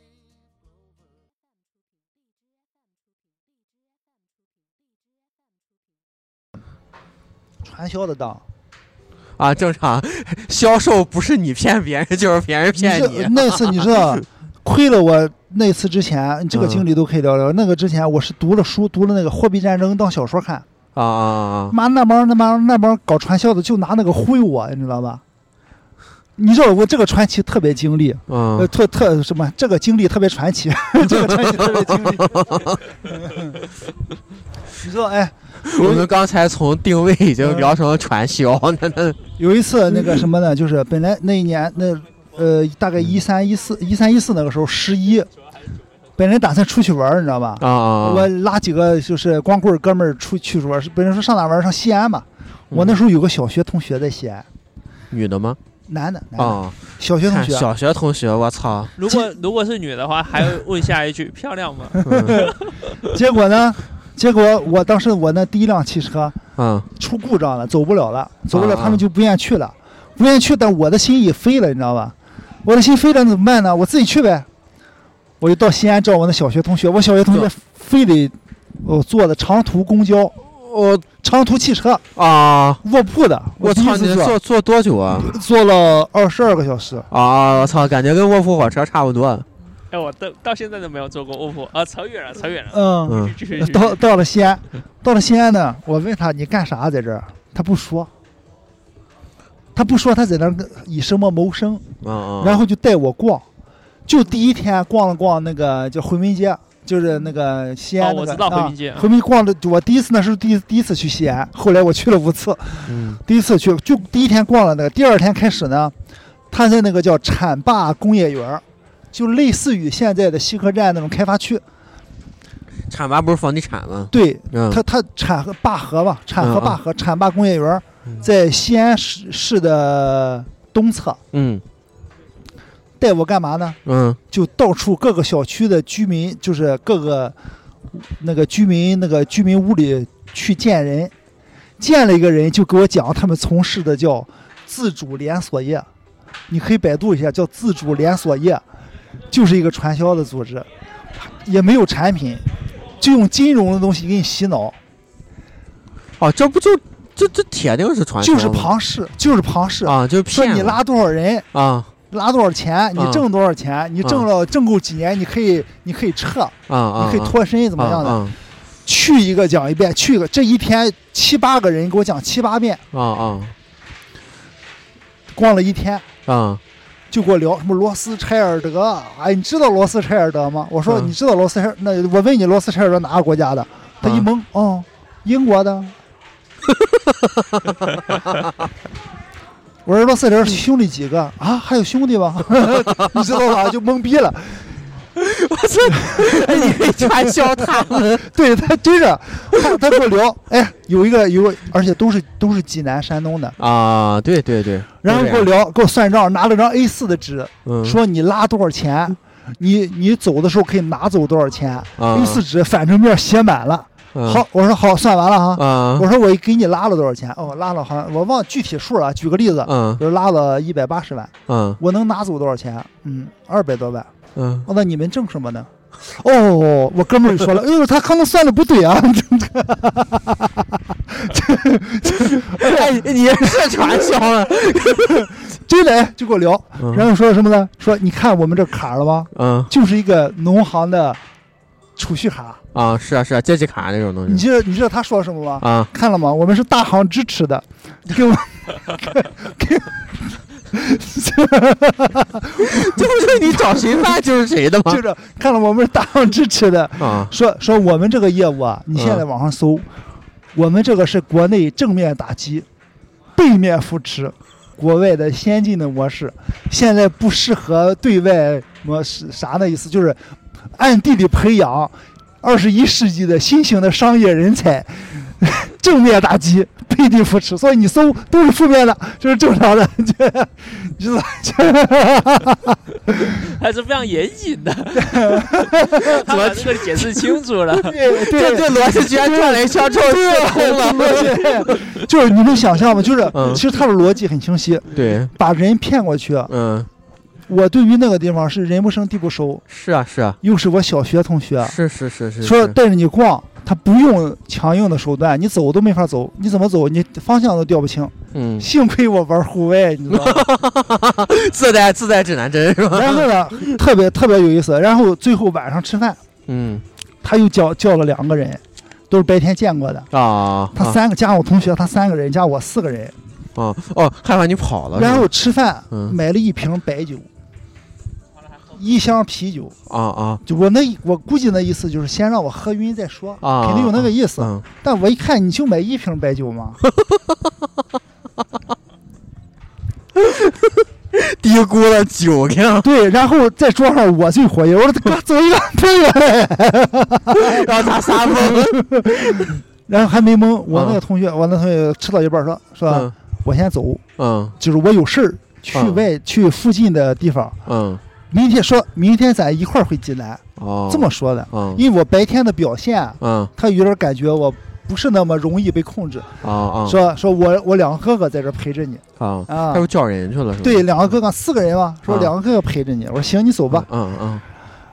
S4: clover.
S2: 传销的当，
S1: 啊，正常。销售不是你骗别人，就是别人骗
S2: 你
S1: 你
S2: 知。那次你 知道，亏了我那次之前，这个
S1: 嗯
S2: 经历都可以聊聊。那个之前我是读了书，读了那个《货币战争》当小说看。
S1: 啊啊啊！
S2: 妈，那帮那帮那帮搞传销的就拿那个忽悠我，你知道吧？你知道我这个传奇特别经历，呃，
S1: 嗯，
S2: 特特什么？这个经历特别传奇， 这个传奇特别经历。 你知道，哎，
S1: 我们刚才从定位已经聊成了传销，那那
S2: 有一次那个什么呢，就是本来那一年那呃大
S1: 嗯
S2: 概一三一四一三一四那个时候十一，本来打算出去玩儿，你知道吧？
S1: 啊啊
S2: 我拉几个就是光棍儿哥们儿出去玩儿，本来说上哪玩儿上西安嘛。
S1: 嗯
S2: 我那时候有个小学同学在西安，
S1: 女的吗？
S2: 男的，男的，
S1: 啊，
S2: 小学同
S1: 看
S2: 学，
S1: 小学同学，我操！
S3: 如果如果是女的话，还会问下一句 漂亮 吗？
S1: 嗯
S2: 结果呢，结果我当时我那第一辆汽车
S1: 嗯
S2: 出故障了，走不了了，走不了，
S1: 啊
S2: 他们就不愿意去了，不愿意去，但我的心也飞了，你知道吧？我的心飞了，那怎么办呢？我自己去呗。我就到西安找我那小学同学，我小学同学
S1: 对
S2: 非得我坐的长途公交、
S1: 我
S2: 长途汽车，
S1: 啊，
S2: 卧铺的，
S1: 哦我
S2: 第一
S1: 操！
S2: 次
S1: 你
S2: 坐
S1: 坐坐多久啊？
S2: 坐了二十二个小时。
S1: 啊，我操！感觉跟卧铺火车差不多。
S3: 哎，我到到现在都没有做过卧铺啊，扯远了，扯 远了。
S2: 嗯，
S1: 嗯
S3: 继续继续
S2: 到到了西安，到了西安呢，我问他你干啥在这儿，他不说，他不说他在那儿跟以什么谋生，
S1: 嗯嗯。
S2: 然后就带我逛，就第一天逛了逛那个叫回民街，就是那个西安
S3: 哦
S2: 那
S3: 我
S2: 个、
S3: 知道回民
S2: 啊
S3: 街
S2: 回民逛的，我第一次那是第一第一次去西安，后来我去了五次，
S1: 嗯
S2: 第一次去就第一天逛了那个，第二天开始呢，他在那个叫浐灞工业园儿，就类似于现在的西客站那种开发区，
S1: 产吧不是房地产吗？
S2: 对，
S1: 嗯
S2: 它它浐河灞河吧，浐河
S1: 嗯嗯
S2: 灞河浐灞工业园儿
S1: 嗯
S2: 在西安市市的东侧，
S1: 嗯
S2: 带我干嘛呢？
S1: 嗯
S2: 就到处各个小区的居民，就是各个那个居民那个居民屋里去见人，见了一个人就给我讲他们从事的叫自主连锁业，你可以百度一下，叫自主连锁业，就是一个传销的组织，也没有产品，就用金融的东西给你洗脑，
S1: 哦，这不就这这铁定是传销
S2: 就
S1: 吗，
S2: 是庞氏，就是庞氏，
S1: 啊，就是
S2: 说
S1: 骗
S2: 你
S1: 了
S2: 拉多少人，
S1: 啊
S2: 拉多少钱，你
S1: 嗯
S2: 挣多少钱，你挣了挣够几年，你可以你可以撤，
S1: 啊啊，
S2: 你可以脱身怎么样的。
S1: 啊
S2: 去一个讲一遍，去一个这一天七八个人给我讲七八遍，
S1: 啊啊
S2: 逛了一天
S1: 啊啊
S2: 就给我聊什么罗斯柴尔德，哎，你知道罗斯柴尔德吗？我说、
S1: 嗯
S2: 你知道罗斯柴尔，那我问你罗斯柴尔德哪个国家的？他一
S1: 嗯
S2: 懵，哦，英 国的。我说罗斯柴尔德兄弟几个啊？还有兄弟吗？ 你知道吧？就懵逼了。
S1: 哎你可以传销他们
S2: 对他真是，他他跟我聊，哎，有一个有个，而且都是都是济南山东的，
S1: 啊，对对对，
S2: 然后
S1: 就
S2: 给我
S1: 这样
S2: 聊，给我算账，拿了张 A 4的纸，
S1: 嗯
S2: 说你拉多少钱，你你走的时候可以拿走多少钱。
S1: 啊
S2: A 4纸反正面写满了，
S1: 嗯
S2: 好，我说好，算完了哈。
S1: 啊
S2: 我说我给你拉了多少钱？哦，拉了好像我忘了具体数了。举个例子，
S1: 嗯
S2: 比如拉了一百八十万，
S1: 嗯
S2: 我能拿走多少钱？嗯，二百多万。
S1: 嗯
S2: 哦，那你们挣什么呢？哦，我哥们儿 就说了，哎呦，他刚刚算的不对啊，
S1: 哎你是传销 了
S2: 真的就给我聊，
S1: 嗯
S2: 然后说什么呢？说你看我们这卡了吗？
S1: 嗯
S2: 就是一个农行的储蓄卡。
S1: 啊是啊是啊借记卡那种东
S2: 你
S1: 西
S2: 知道你知道他说什么吗？
S1: 啊
S2: 看了吗？我们是大行支持的，给我给
S1: 这不是你找谁办就是谁的吗
S2: 就是看了吗我们是大行支持的，
S1: 啊
S2: 说说我们这个业务啊，你现在
S1: 嗯
S2: 网上搜，我们这个是国内正面打击，背面扶持。国外的先进的模式，现在不适合对外模式，啥的意思？就是暗地里培养二十一世纪的新型的商业人才， 正面打击，背地扶持。所以你搜都是负面的，这是正常的。 这你知道？
S3: 还是非常严谨 的， 他把这个解释清楚了。
S2: 对对
S1: 这这逻辑居然转了一圈之后就通了
S2: 对，就是你能想象吗？就是
S1: 嗯
S2: 其实他的逻辑很清晰，
S1: 对
S2: 把人骗过去。啊
S1: 嗯
S2: 我对于那个地方是人不生地不熟，
S1: 是啊是啊
S2: 又是我小学同学，啊
S1: 是是是是
S2: 说
S1: 是
S2: 带着你逛，他不用强硬的手段，你走都没法走，你怎么走，你方向都调不清。
S1: 嗯，
S2: 幸亏我玩户外，你知道吗？
S1: 自带自带指南针是吧？
S2: 然后呢，特别特别有意思。然后最后晚上吃饭，
S1: 嗯
S2: 他又叫叫了两个人，都是白天见过的。
S1: 啊，
S2: 他三个加我同学，他三个人加我四个人，
S1: 啊啊哦，害怕你跑了是吧，
S2: 然后吃饭
S1: 嗯
S2: 买了一瓶白酒，一箱啤酒。
S1: 啊啊
S2: 就我那我估计那意思就是先让我喝晕再说，
S1: 啊
S2: 肯定有那个意思。
S1: 嗯，
S2: 但我一看，你就买一瓶白酒嘛，
S1: 低估了酒量，
S2: 对，然后在桌上我最活跃， 我说哥走一个朋友，
S1: 然后他撒疯 了，
S2: 然后还没懵。我那个同学，我那同学吃到一半说说、
S1: 嗯
S2: 我先走，
S1: 嗯
S2: 就是我有事儿去
S1: 嗯
S2: 外、去附近的地方，
S1: 嗯，
S2: 明天说明天咱一块儿回济南，
S1: 哦，
S2: 这么说的。
S1: 嗯，
S2: 因为我白天的表现，啊
S1: 嗯
S2: 他有点感觉我不是那么容易被控制，
S1: 啊啊
S2: 说说我我两个哥哥在这陪着你
S1: 啊，他，
S2: 啊
S1: 又叫人去了是吧？
S2: 对，两个哥哥四个人嘛，
S1: 嗯
S2: 说
S1: 啊
S2: 两个哥哥陪着你，我说行，你走吧。
S1: 嗯，嗯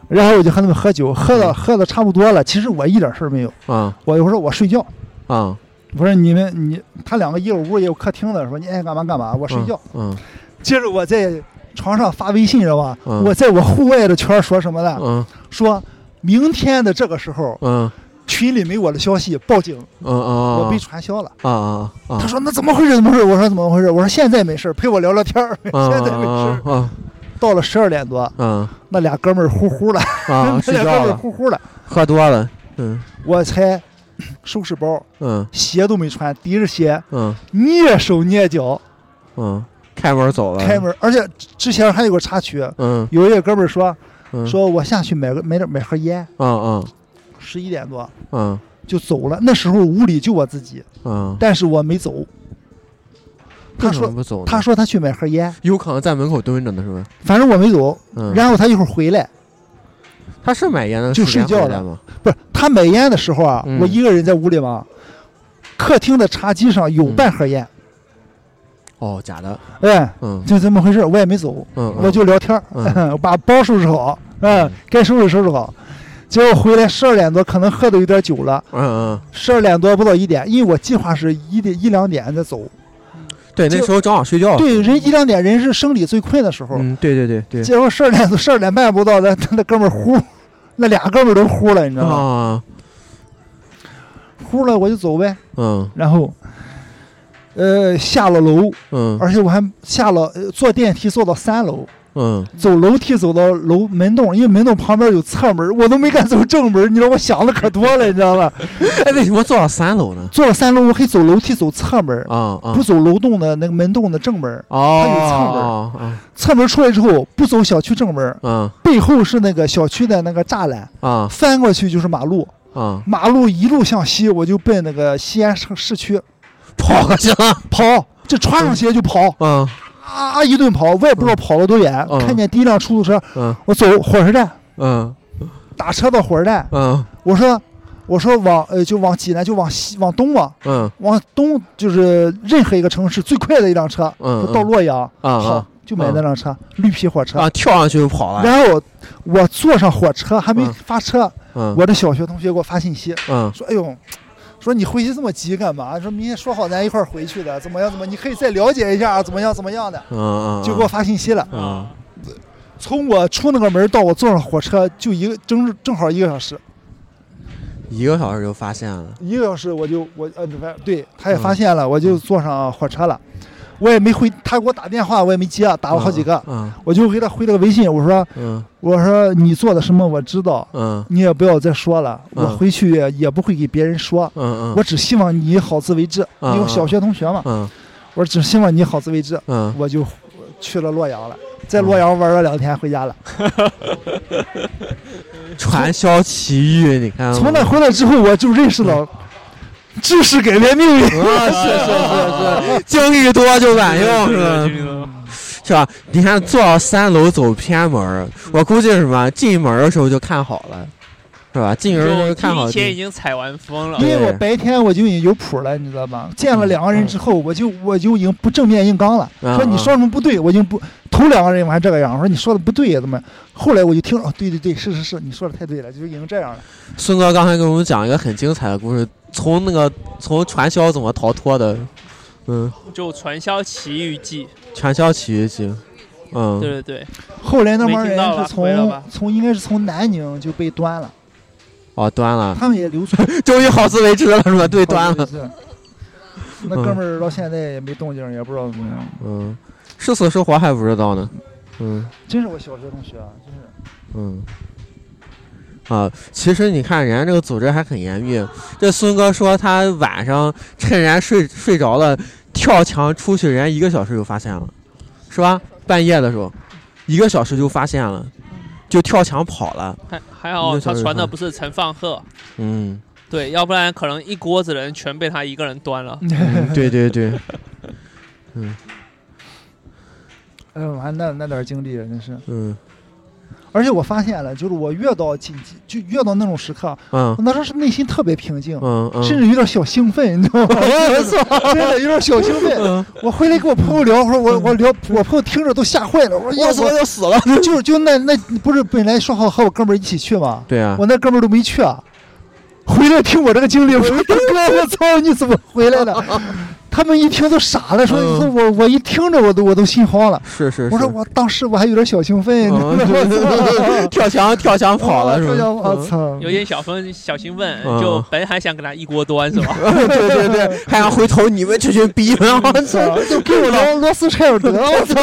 S2: 然后我就和他们喝酒，喝的
S1: 嗯
S2: 喝的差不多了，其实我一点事儿没有，
S1: 嗯
S2: 我就说我睡觉。
S1: 嗯嗯，
S2: 我说你们你他两个一个屋一个客厅的，说你爱干嘛干嘛，我睡觉。
S1: 嗯，
S2: 接着我在床上发微信，知道吧？
S1: 嗯
S2: 我在我户外的圈儿说什么呢？
S1: 嗯
S2: 说明天的这个时候
S1: 嗯嗯
S2: 群里没我的消息，报警，
S1: 嗯嗯，
S2: 我被传销了。
S1: 啊啊啊，
S2: 他说那怎么回事？怎么回事？我说怎么回事？我说现在没事儿，陪我聊聊天儿。
S1: 嗯
S2: 现在没事儿。
S1: 啊
S2: 到了十二点多，
S1: 啊
S2: 那俩哥们儿呼呼了，
S1: 啊，
S2: 那
S1: 睡
S2: 俩
S1: 觉
S2: 哥们儿
S1: 了，
S2: 呼呼了，
S1: 喝多了，嗯
S2: 我才收拾包，
S1: 嗯
S2: 鞋都没穿，提着鞋
S1: 嗯
S2: 蹑手蹑脚
S1: 嗯，开门走了，
S2: 开，门，而且之前还有个插曲，
S1: 嗯
S2: 有一个哥们儿说，
S1: 嗯，
S2: 说我下去买个买点买盒烟，
S1: 嗯
S2: 十一点多
S1: 嗯
S2: 就走了。那时候屋里就我自己，
S1: 嗯嗯，
S2: 但是我没走。他说
S1: 不走，
S2: 他说他去买盒烟，
S1: 有可能在门口蹲着呢，是吧？
S2: 反正我没走。
S1: 嗯，
S2: 然后他一会儿回来，
S1: 他是买烟的，吗？
S2: 不是他买烟的时候啊，
S1: 嗯
S2: 我一个人在屋里嘛，客厅的茶几上有
S1: 嗯
S2: 半盒烟，
S1: 哦，假的，
S2: 哎，
S1: 嗯
S2: 就这么回事，我也没走。
S1: 嗯，
S2: 我就聊天儿，
S1: 嗯
S2: 我把包收拾好，嗯
S1: 嗯，
S2: 该收拾收拾好。结果回来十二点多，可能喝的有点酒了，
S1: 嗯嗯，
S2: 十二点多不到一点，因为我计划是一点一两点再走。
S1: 对，那时候正好睡觉，
S2: 对，人一两点人是生理最困的时候，
S1: 哦嗯，对对对对，
S2: 结果十二点十二点半不到，那那哥们儿呼，那俩哥们儿都呼了，你知道吗？
S1: 啊，
S2: 呼了我就走呗，
S1: 嗯
S2: 然后。呃，下了楼，
S1: 嗯
S2: 而且我还下了、呃坐电梯坐到三楼，
S1: 嗯
S2: 走楼梯走到楼门洞，因为门洞旁边有侧门，我都没敢走正门。你知道我想的可多了，你知道 吧？
S1: 哎，为什么坐到三楼呢？
S2: 坐了三楼，我可以走楼梯走侧门，
S1: 啊啊
S2: 不，走楼洞的那个门洞的正门。
S1: 哦，
S2: 侧门出来之后，不走小区正门，
S1: 啊
S2: 背后是那个小区的那个栅栏，
S1: 啊
S2: 翻过去就是马路。
S1: 啊，
S2: 马路一路向西，我就奔那个西安市市区
S1: 跑过去了，
S2: 跑，这穿上鞋就跑，
S1: 嗯
S2: 啊一顿跑，我也不知道跑了多远。
S1: 嗯
S2: 看见第一辆出租车，
S1: 嗯
S2: 我走火车站，
S1: 嗯
S2: 打车到火车站，
S1: 嗯
S2: 我说，我说往呃就往济南就往西往东啊，
S1: 嗯
S2: 往东就是任何一个城市最快的一辆车，
S1: 嗯
S2: 就到洛阳，
S1: 啊
S2: 好
S1: 啊
S2: 就买那辆车，绿皮火车。
S1: 啊，跳上去就跑了，
S2: 然后我坐上火车还没
S1: 嗯
S2: 发车，
S1: 嗯
S2: 我的小学同学给我发信息
S1: 嗯
S2: 说，哎呦。说你回去这么急干嘛？说明天说好咱一块儿回去的，怎么样？怎么？你可以再了解一下，啊怎么样？怎么样的？
S1: 嗯嗯，
S2: 就给我发信息了。
S1: 啊
S2: 从我出那个门到我坐上火车，就一个正正好一个小时。
S1: 一个小时就发现了，
S2: 一个小时我就我呃不是对，他也发现了，我就坐上火车了，
S1: 嗯
S2: 我也没回，他给我打电话我也没接，打了好几个，
S1: 嗯
S2: 我就给他回了个微信，我说
S1: 嗯
S2: 我说你做的什么我知道，
S1: 嗯
S2: 你也不要再说了，
S1: 嗯
S2: 我回去也不会给别人说，
S1: 嗯
S2: 我只希望你好自为之，
S1: 嗯
S2: 因为我小学同学嘛，
S1: 嗯
S2: 我只希望你好自为之，
S1: 嗯。
S2: 我就去了洛阳了，在洛阳玩了两天回家了，
S1: 传销奇遇，你看
S2: 从那回来之后我就认识了，
S1: 嗯
S2: 知识改变命运。
S1: 啊，是是是是，经历多就管 用，是吧？是吧？你看，坐到三楼走偏门儿，我估计是什么？进门儿的时候就看好了，是吧？进
S3: 就
S1: 而
S3: 提
S1: 看好
S3: 前
S1: 地
S3: 已经踩完风了
S2: 因。为我
S1: 对嗯
S2: 白天我就已经有谱了，你知道吧？见了两个人之后，我就我就已经不正面硬刚了，
S1: 啊
S2: 说你
S1: 啊
S2: 说什么不对，我已经不头两个人我还这个样，我说你说的不对呀，怎么？后来我就听了，哦，对对对，是是是，你说的太对了，就已经这样了。
S1: 孙哥刚才给我们讲一个很精彩的故事，从那个从传销怎么逃脱的，嗯，
S3: 就传销奇遇记，
S1: 传销起义记，嗯，
S3: 对对对，
S2: 后来那帮
S3: 没听到
S2: 人
S3: 了
S2: 是
S3: 回了
S2: 从
S3: 吧
S2: 从应该是从南宁就被端了，
S1: 哦，端了，
S2: 他们也流 窜
S1: 终于好自为之了是吧？对，端了，
S2: 了。那哥们儿到现在也没动静，也不知道怎么样。
S1: 嗯，是死是活还不知道呢，嗯
S2: 真是我小学同学，啊，真是
S1: 嗯。啊，其实你看人家这个组织还很严密。这孙哥说他晚上趁人家睡睡着了，跳墙出去，人家一个小时就发现了，是吧？半夜的时候，一个小时就发现了，就跳墙跑了。
S3: 还还好
S1: 那小
S3: 他
S1: 人
S3: 传的
S1: 看
S3: 不是陈放鹤，
S1: 嗯，
S3: 对，要不然可能一锅子人全被他一个人端了。
S1: 嗯，对对 对，
S2: 哎呦，还那那点儿经历，啊真是。
S1: 嗯
S2: 而且我发现了，就是我越到紧急，就越到那种时刻，啊
S1: 嗯
S2: 我那时候是内心特别平静，
S1: 嗯嗯，
S2: 甚至有点小兴奋，你知道吗？
S1: 没错，
S2: 真的有点小兴奋。
S1: 嗯
S2: 我回来跟我朋友聊，我说我我聊，我朋友听着都吓坏了。我说要
S1: 我怎么
S2: 不
S1: 就死了？
S2: 就就那那不是本来说好和我哥们儿一起去吗？
S1: 对啊，
S2: 我那哥们儿都没去啊。回来听我这个经历，我说大哥，我操，你怎么 回来了？他们一听都傻了，说
S1: 嗯
S2: 说我我一听着我都我都心慌了。
S1: 是是是，
S2: 我说我当时我还有点小兴 奋，
S1: 嗯
S2: 你知道吗
S1: 跳墙跳
S2: 哦
S1: 墙跑了是
S2: 我
S1: 吧？
S2: 想我操，
S3: 有点小分小兴奋，
S1: 嗯
S3: 就本来还想给他一锅端是吧？
S1: 对对 对，还想回头你们这群逼，然后
S2: 操，嗯啊就给我聊罗斯柴尔德，我操！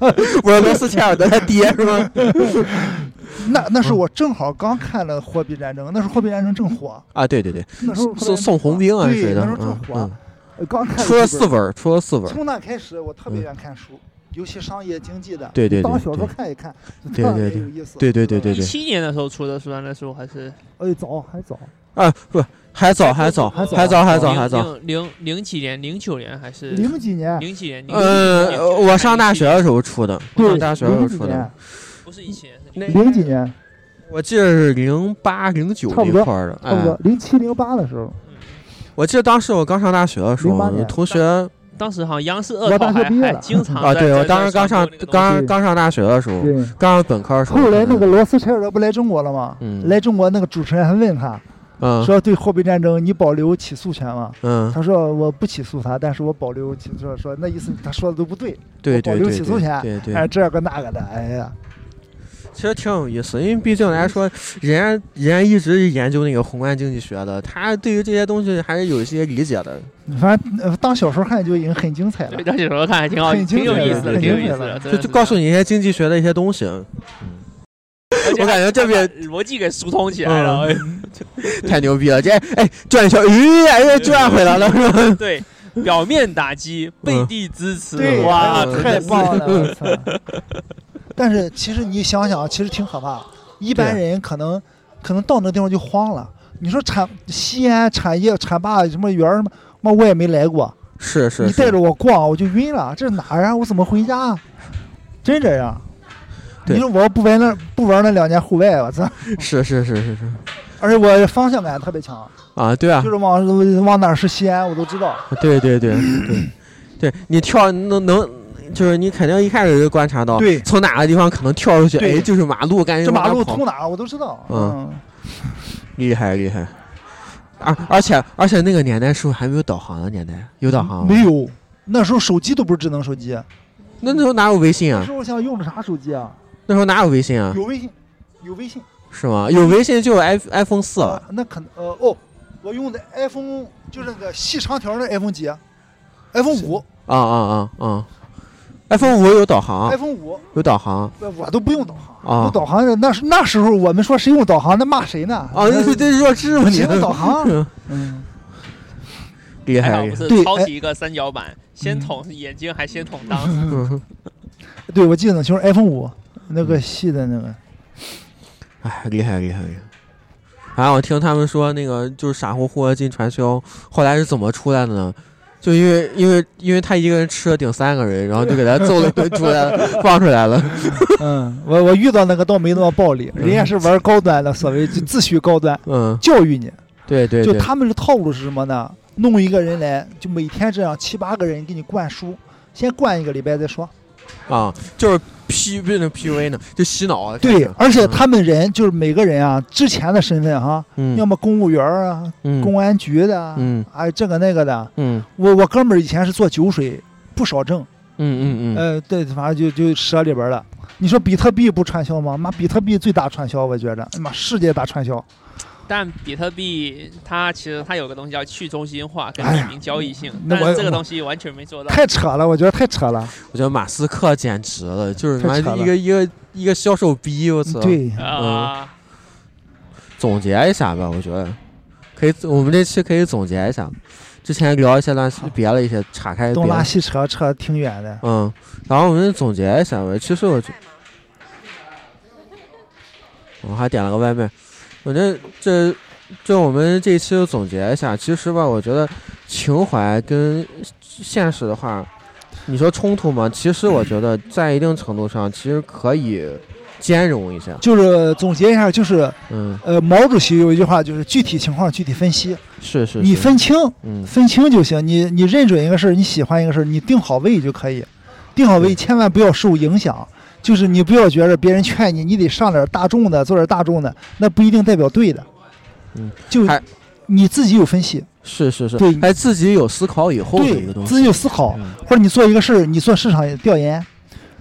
S1: 我说罗斯柴尔德他爹是吧？
S2: 那那
S1: 嗯
S2: 是我正好刚看了《货币战争》，那时候《货币战争》正火，
S1: 啊，对 对对，
S2: 那时候
S1: 宋宋鸿兵啊
S2: 对
S1: 是谁的
S2: 那时候？正
S1: 嗯
S2: 火
S1: 嗯，，
S2: 呃刚看
S1: 出了
S2: 几
S1: 四
S2: 本。
S1: 本儿，出了四本儿，嗯
S2: 从那开始，我特别愿看书，尤其商业经济的，
S1: 对对对
S2: 当小说
S1: 对
S2: 看一看，
S1: 对
S2: 特
S1: 对
S2: 别
S1: 对
S2: 有意思。
S1: 对对对 对
S3: 一
S1: 对，
S3: 七年的时候出的《苏珊的书》还是
S2: 哎，早还早，
S1: 啊不，还早还早
S2: 还早
S1: 还早还早
S3: 零
S1: 还早，
S3: 零零零几年，零九年还是
S2: 零几年，
S3: 零几年？零
S1: 嗯，
S3: 几年
S1: 呃我上大学，的时候出的，我上
S2: 对，
S1: 大学的时候
S2: 零几
S1: 出的
S2: 年，，
S3: 不是一七年，是
S2: 零几年，
S1: 我记得是零八零九
S2: 差不多
S1: 那块儿的，
S2: 差不
S1: 哎
S2: 多，零七零八的时候，
S1: 我记得当时我刚上大学的时候，
S2: 08
S1: 我的
S2: 年
S1: 同学
S3: 当时好像央视二
S2: 我
S3: 套
S2: 大学
S3: 还
S2: 毕业
S3: 还
S2: 了
S3: 经常
S1: 啊，
S3: 在
S1: 对我
S3: 在
S1: 当时
S3: 在
S1: 刚上
S3: 传播那个东
S1: 刚
S2: 西
S1: 刚上大学的时候，
S2: 对。
S1: 刚上本科嗯的时候。
S2: 后来那个罗斯柴尔德不来中国了吗？
S1: 嗯
S2: 来中国那个主持人还问他
S1: 嗯
S2: 说：“对货币战争，你保留起诉权吗？”
S1: 嗯，
S2: 他说：“我不起诉他，但是我保留起诉。”说那意思他说的都不对，
S1: 对
S2: 保
S1: 对
S2: 留
S1: 对
S2: 起诉权
S1: 对对
S2: 哎，
S1: 对，
S2: 这个那个的，哎呀，
S1: 其实挺有意思，因为毕竟来说，人家人家一直研究那个宏观经济学的，他对于这些东西还是有一些理解的。
S2: 反正呃当小说看就已经很精彩了
S3: 对，。当时有时候看还挺好，
S2: 很精
S3: 挺有
S1: 彩
S3: 意
S1: 的
S3: 思的，
S1: 很
S3: 挺有
S2: 精
S3: 意
S2: 彩
S3: 思的，
S2: 的
S3: 真
S1: 就
S3: 的
S1: 就是告诉
S3: 的，
S1: 你一些经济学的一些东西，
S3: 而且
S1: 我
S3: 还
S1: 感觉这
S3: 还
S1: 边嗯
S3: 把逻辑给疏通起来了。
S1: 太牛逼了！这哎转一圈，咦哎又转回来了是吧？
S3: 对，表面打击，背地支持，
S2: 对，
S3: 哇，
S2: 哎
S1: 嗯
S2: 呀
S3: 真
S2: 太
S3: 的是
S2: 棒了！我操但是其实你想想，其实挺可怕的。一般
S1: 对
S2: 人可能可能到那地方就慌了。你说产西安产业产坝什么园儿什么，妈我也没来过。
S1: 是是，
S2: 你
S1: 是
S2: 带着我逛，我就晕了。这是哪儿啊？我怎么回家啊？真这样。
S1: 对
S2: 你说我要不玩那不玩那两年户外，我操！
S1: 是是是是是
S2: 而且我方向感特别强，
S1: 啊，对啊
S2: 就，是往往哪儿是西安，我都知道。
S1: 对对对对， 对你跳能能，就是你肯定一开始就观察到，
S2: 对
S1: 从哪个地方可能跳出去，
S2: 对
S1: 哎，就是马路，赶紧
S2: 这
S1: 往
S2: 马
S1: 那
S2: 路
S1: 跑
S2: 通哪儿我都知道。
S1: 嗯
S2: 嗯，
S1: 厉害厉害。而而且而且那个年代是不是还没有导航的啊年代？有导航吗
S2: 没？有，那时候手机都不是智能手
S1: 哎
S2: 机。
S1: 那那时候哪有微信
S2: 那
S1: 啊
S2: 时？候想用的啥手机啊？
S1: 那时候哪有微信啊？
S2: 有微信，有微信。
S1: 是吗？有微信就有 i iPhone 四了
S2: 啊，那可能呃哦，我用的 iPhone 就是那个细长条的 iPhone 几？iPhone 五
S1: 啊啊啊啊！iPhone 五有导航，
S2: ，iPhone 五，
S1: 有导航
S2: 呃我都不用导
S1: 啊
S2: 哎航。有导航的那时那时候我们说谁用导航，那骂谁呢？
S1: 啊！这这弱智吧
S2: 我
S1: 你。
S2: 用导航
S1: 嗯
S2: 嗯，
S1: 厉
S3: 还
S1: 害
S3: 好
S1: 厉
S3: 不
S1: 害！
S3: 是
S2: 对
S3: 抄
S2: 哎
S3: 起一个三角板，先捅眼睛，还先捅裆。
S1: 嗯
S2: 对，我记得很清楚 iPhone 五那个细的那个。
S1: 哎，厉害厉害厉害！然后我听他们说，那个就是傻乎乎的进传销，后来是怎么出来的呢？就因为因为因为他一个人吃了顶三个人，然后就给他揍了一顿出来了，放出来了。
S2: 嗯，我我遇到那个倒没那么暴力，人家是玩高端的，所谓就自诩高端，
S1: 嗯，
S2: 教育你。
S1: 对对
S2: 就
S1: 对，
S2: 他们的套路是什么呢？弄一个人来，就每天这样七八个人给你灌输，先灌一个礼拜再说。
S1: 啊，就是 P 变成 PUA 呢，就洗脑啊。
S2: 对，而且
S1: 嗯
S2: 他们人就是每个人啊，之前的身份哈、要
S1: 嗯
S2: 么公务员儿啊，
S1: 嗯
S2: 公安局的啊，
S1: 嗯
S2: 哎这个那个的。
S1: 嗯
S2: 我我哥们儿以前是做酒水，不少挣，
S1: 嗯嗯嗯，
S2: 呃，对，反正就就蛇里边儿了。你说比特币不传销吗？妈，比特币最大传销，我觉着，妈世界大传销。
S3: 但比特币它其实它有个东西叫去中心化跟
S2: 哎
S3: 匿
S2: 呀
S3: 名交易性，
S2: 那
S3: 但
S2: 我
S3: 是这个
S2: 我
S3: 东西完全没做到。
S2: 太扯了，我觉得太扯 了。
S1: 我觉得马斯克简直了，就是他
S2: 太扯
S1: 妈
S2: 了
S1: 一个一个一个销售逼，我操！
S2: 对，
S3: 啊、
S1: 总结一下吧，我觉得可以，我们这期可以总结一下，之前聊一些乱七别了一些岔开别
S2: 东
S1: 的
S2: 拉西扯，扯挺远的。
S1: 嗯，然后我们总结一下吧。其实我觉，我还点了个外卖。我觉得这这我们这一期就总结一下。其实吧，我觉得情怀跟现实的话，你说冲突吗？其实我觉得在一定程度上，其实可以兼容一下。
S2: 就是总结一下，就是
S1: 嗯，
S2: 呃，毛主席有一句话，就是具体情况具体分析，
S1: 是是是，
S2: 你分清
S1: 嗯
S2: 分清就行。你你认准一个事儿，你喜欢一个事儿，你定好位就可以，定好位，
S1: 对
S2: 千万不要受影响。就是你不要觉着别人劝你，你得上点大众的，做点大众的，那不一定代表对的。
S1: 嗯，
S2: 就
S1: 还
S2: 你自己有分析，
S1: 是是是
S2: 对，
S1: 还自己有思考以后的一个
S2: 对
S1: 东
S2: 自
S1: 西。
S2: 己有思考，
S1: 嗯
S2: 或者你做一个事儿，你做市场调研，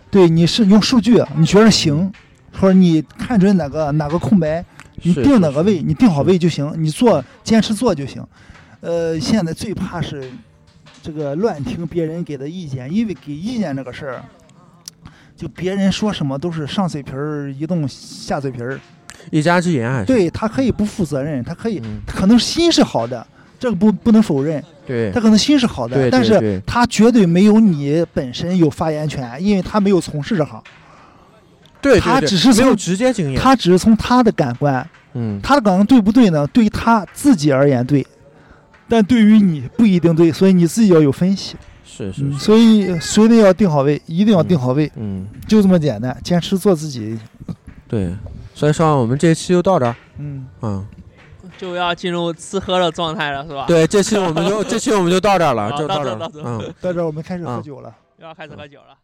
S2: 对，你是用数据，啊你觉得
S1: 嗯
S2: 行，或者你看准哪个哪个空白，你
S1: 是
S2: 定
S1: 是
S2: 哪个
S1: 是
S2: 位，你定好位就行，你做坚持做就行。呃，现在最怕是这个乱听别人给的意见，因为给意见这个事儿，就别人说什么都是上嘴皮儿一动下嘴皮儿，
S1: 一家之言还是
S2: 对他可以不负责任，他可以，
S1: 嗯
S2: 他可能心是好的，这个不不能否认，
S1: 对
S2: 他可能心是好的，
S1: 对
S2: 但
S1: 对
S2: 是
S1: 对
S2: 他绝对没有你本身有发言权，因为他没有从事这行，
S1: 对，
S2: 他
S1: 对对
S2: 只是
S1: 没有
S2: 从
S1: 直接经验，
S2: 他只是从他的感官，
S1: 嗯
S2: 他的感官对不对呢？对于他自己而言对，但对于你不一定对，所以你自己要有分析。
S1: 是是
S2: 嗯，
S1: 是，
S2: 所以谁都要定好位，一定要定好位，
S1: 嗯。
S2: 就这么简单，坚持做自己。
S1: 对，所以说我们这期就到这儿。
S2: 嗯，
S1: 嗯，
S3: 就要进入吃喝的状态了，是吧？，
S1: 对，这期我们就这期我们就到这儿了，
S3: 好
S1: 就
S3: 到
S1: 这
S3: 这
S1: 儿
S3: 儿
S1: 了
S3: 到。这儿
S1: 嗯，
S2: 到这儿我们开始
S1: 啊
S2: 喝酒了。
S3: 又要开始喝酒了。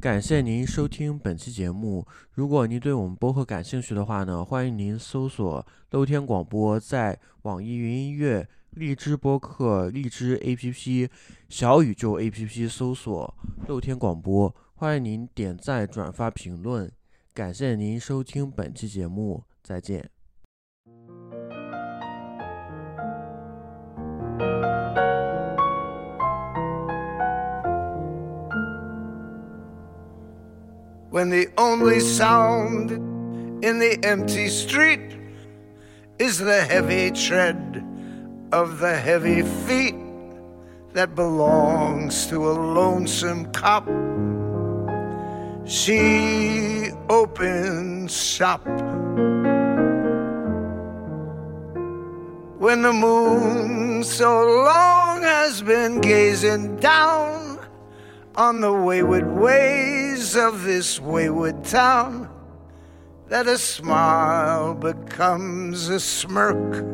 S1: 感谢您收听本期节目。如果您对我们播客感兴趣的话呢，欢迎您搜索“露天广播”在网易云音乐、荔枝播客、荔枝 APP、小宇宙 APP 搜索“露天广播”。欢迎您点赞、转发、评论。感谢您收听本期节目，再见。
S5: when the only sound in the empty street is the heavy tread of the heavy feet that belongs to a lonesome cop. She opens shop. When the moon so long has been gazing down on the wayward ways of this wayward town that a smile becomes a smirk.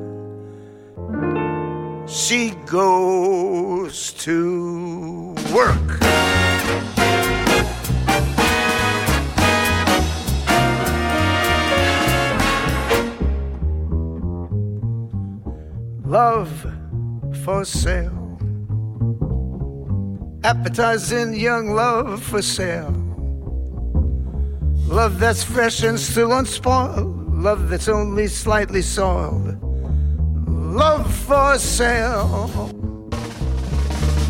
S5: She goes to work. Love for sale appetizing young love for sale. Love that's fresh and still unspoiled. Love that's only slightly soiled. Love for sale.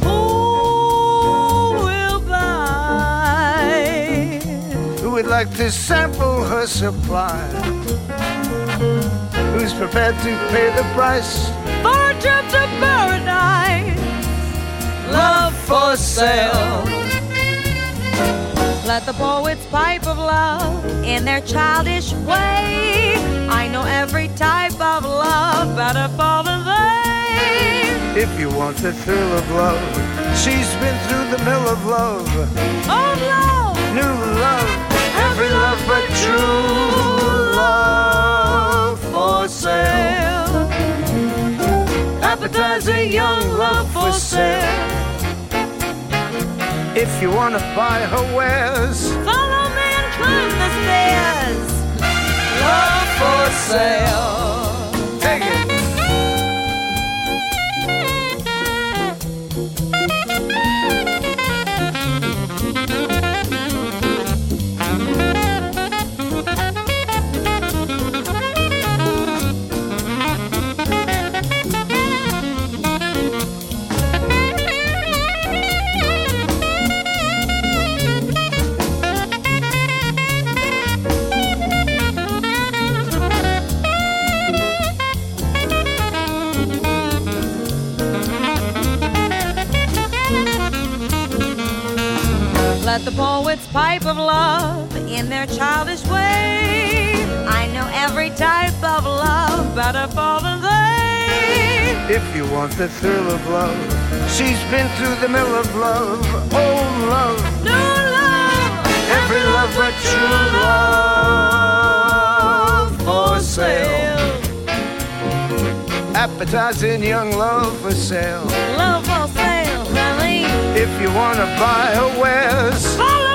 S6: Who will buy?
S5: Who would like to sample her supply? Who's prepared to pay the price?
S6: For a trip to paradise. Love for sale. Let the poets pipe of love in their childish way. I know every type of love better for than they.
S5: if you want the thrill of love. She's been through the mill of love,
S6: Oh, love,
S5: new love, every love but true love for sale.
S6: sale. Appetizer, young love for sale.
S5: If you want to buy her wares,
S6: Follow me and climb the stairs. Love for sale.
S5: take it.
S6: Let the poets pipe of love in their childish way. I know every type of love better far than they.
S5: If you want the thrill of love, she's been through the mill of love. Oh, love,
S6: No love,
S5: every love but true love for sale. Appetizing young love for sale.
S6: Love for sale, honey.
S5: If you wanna buy her wares,
S6: Follow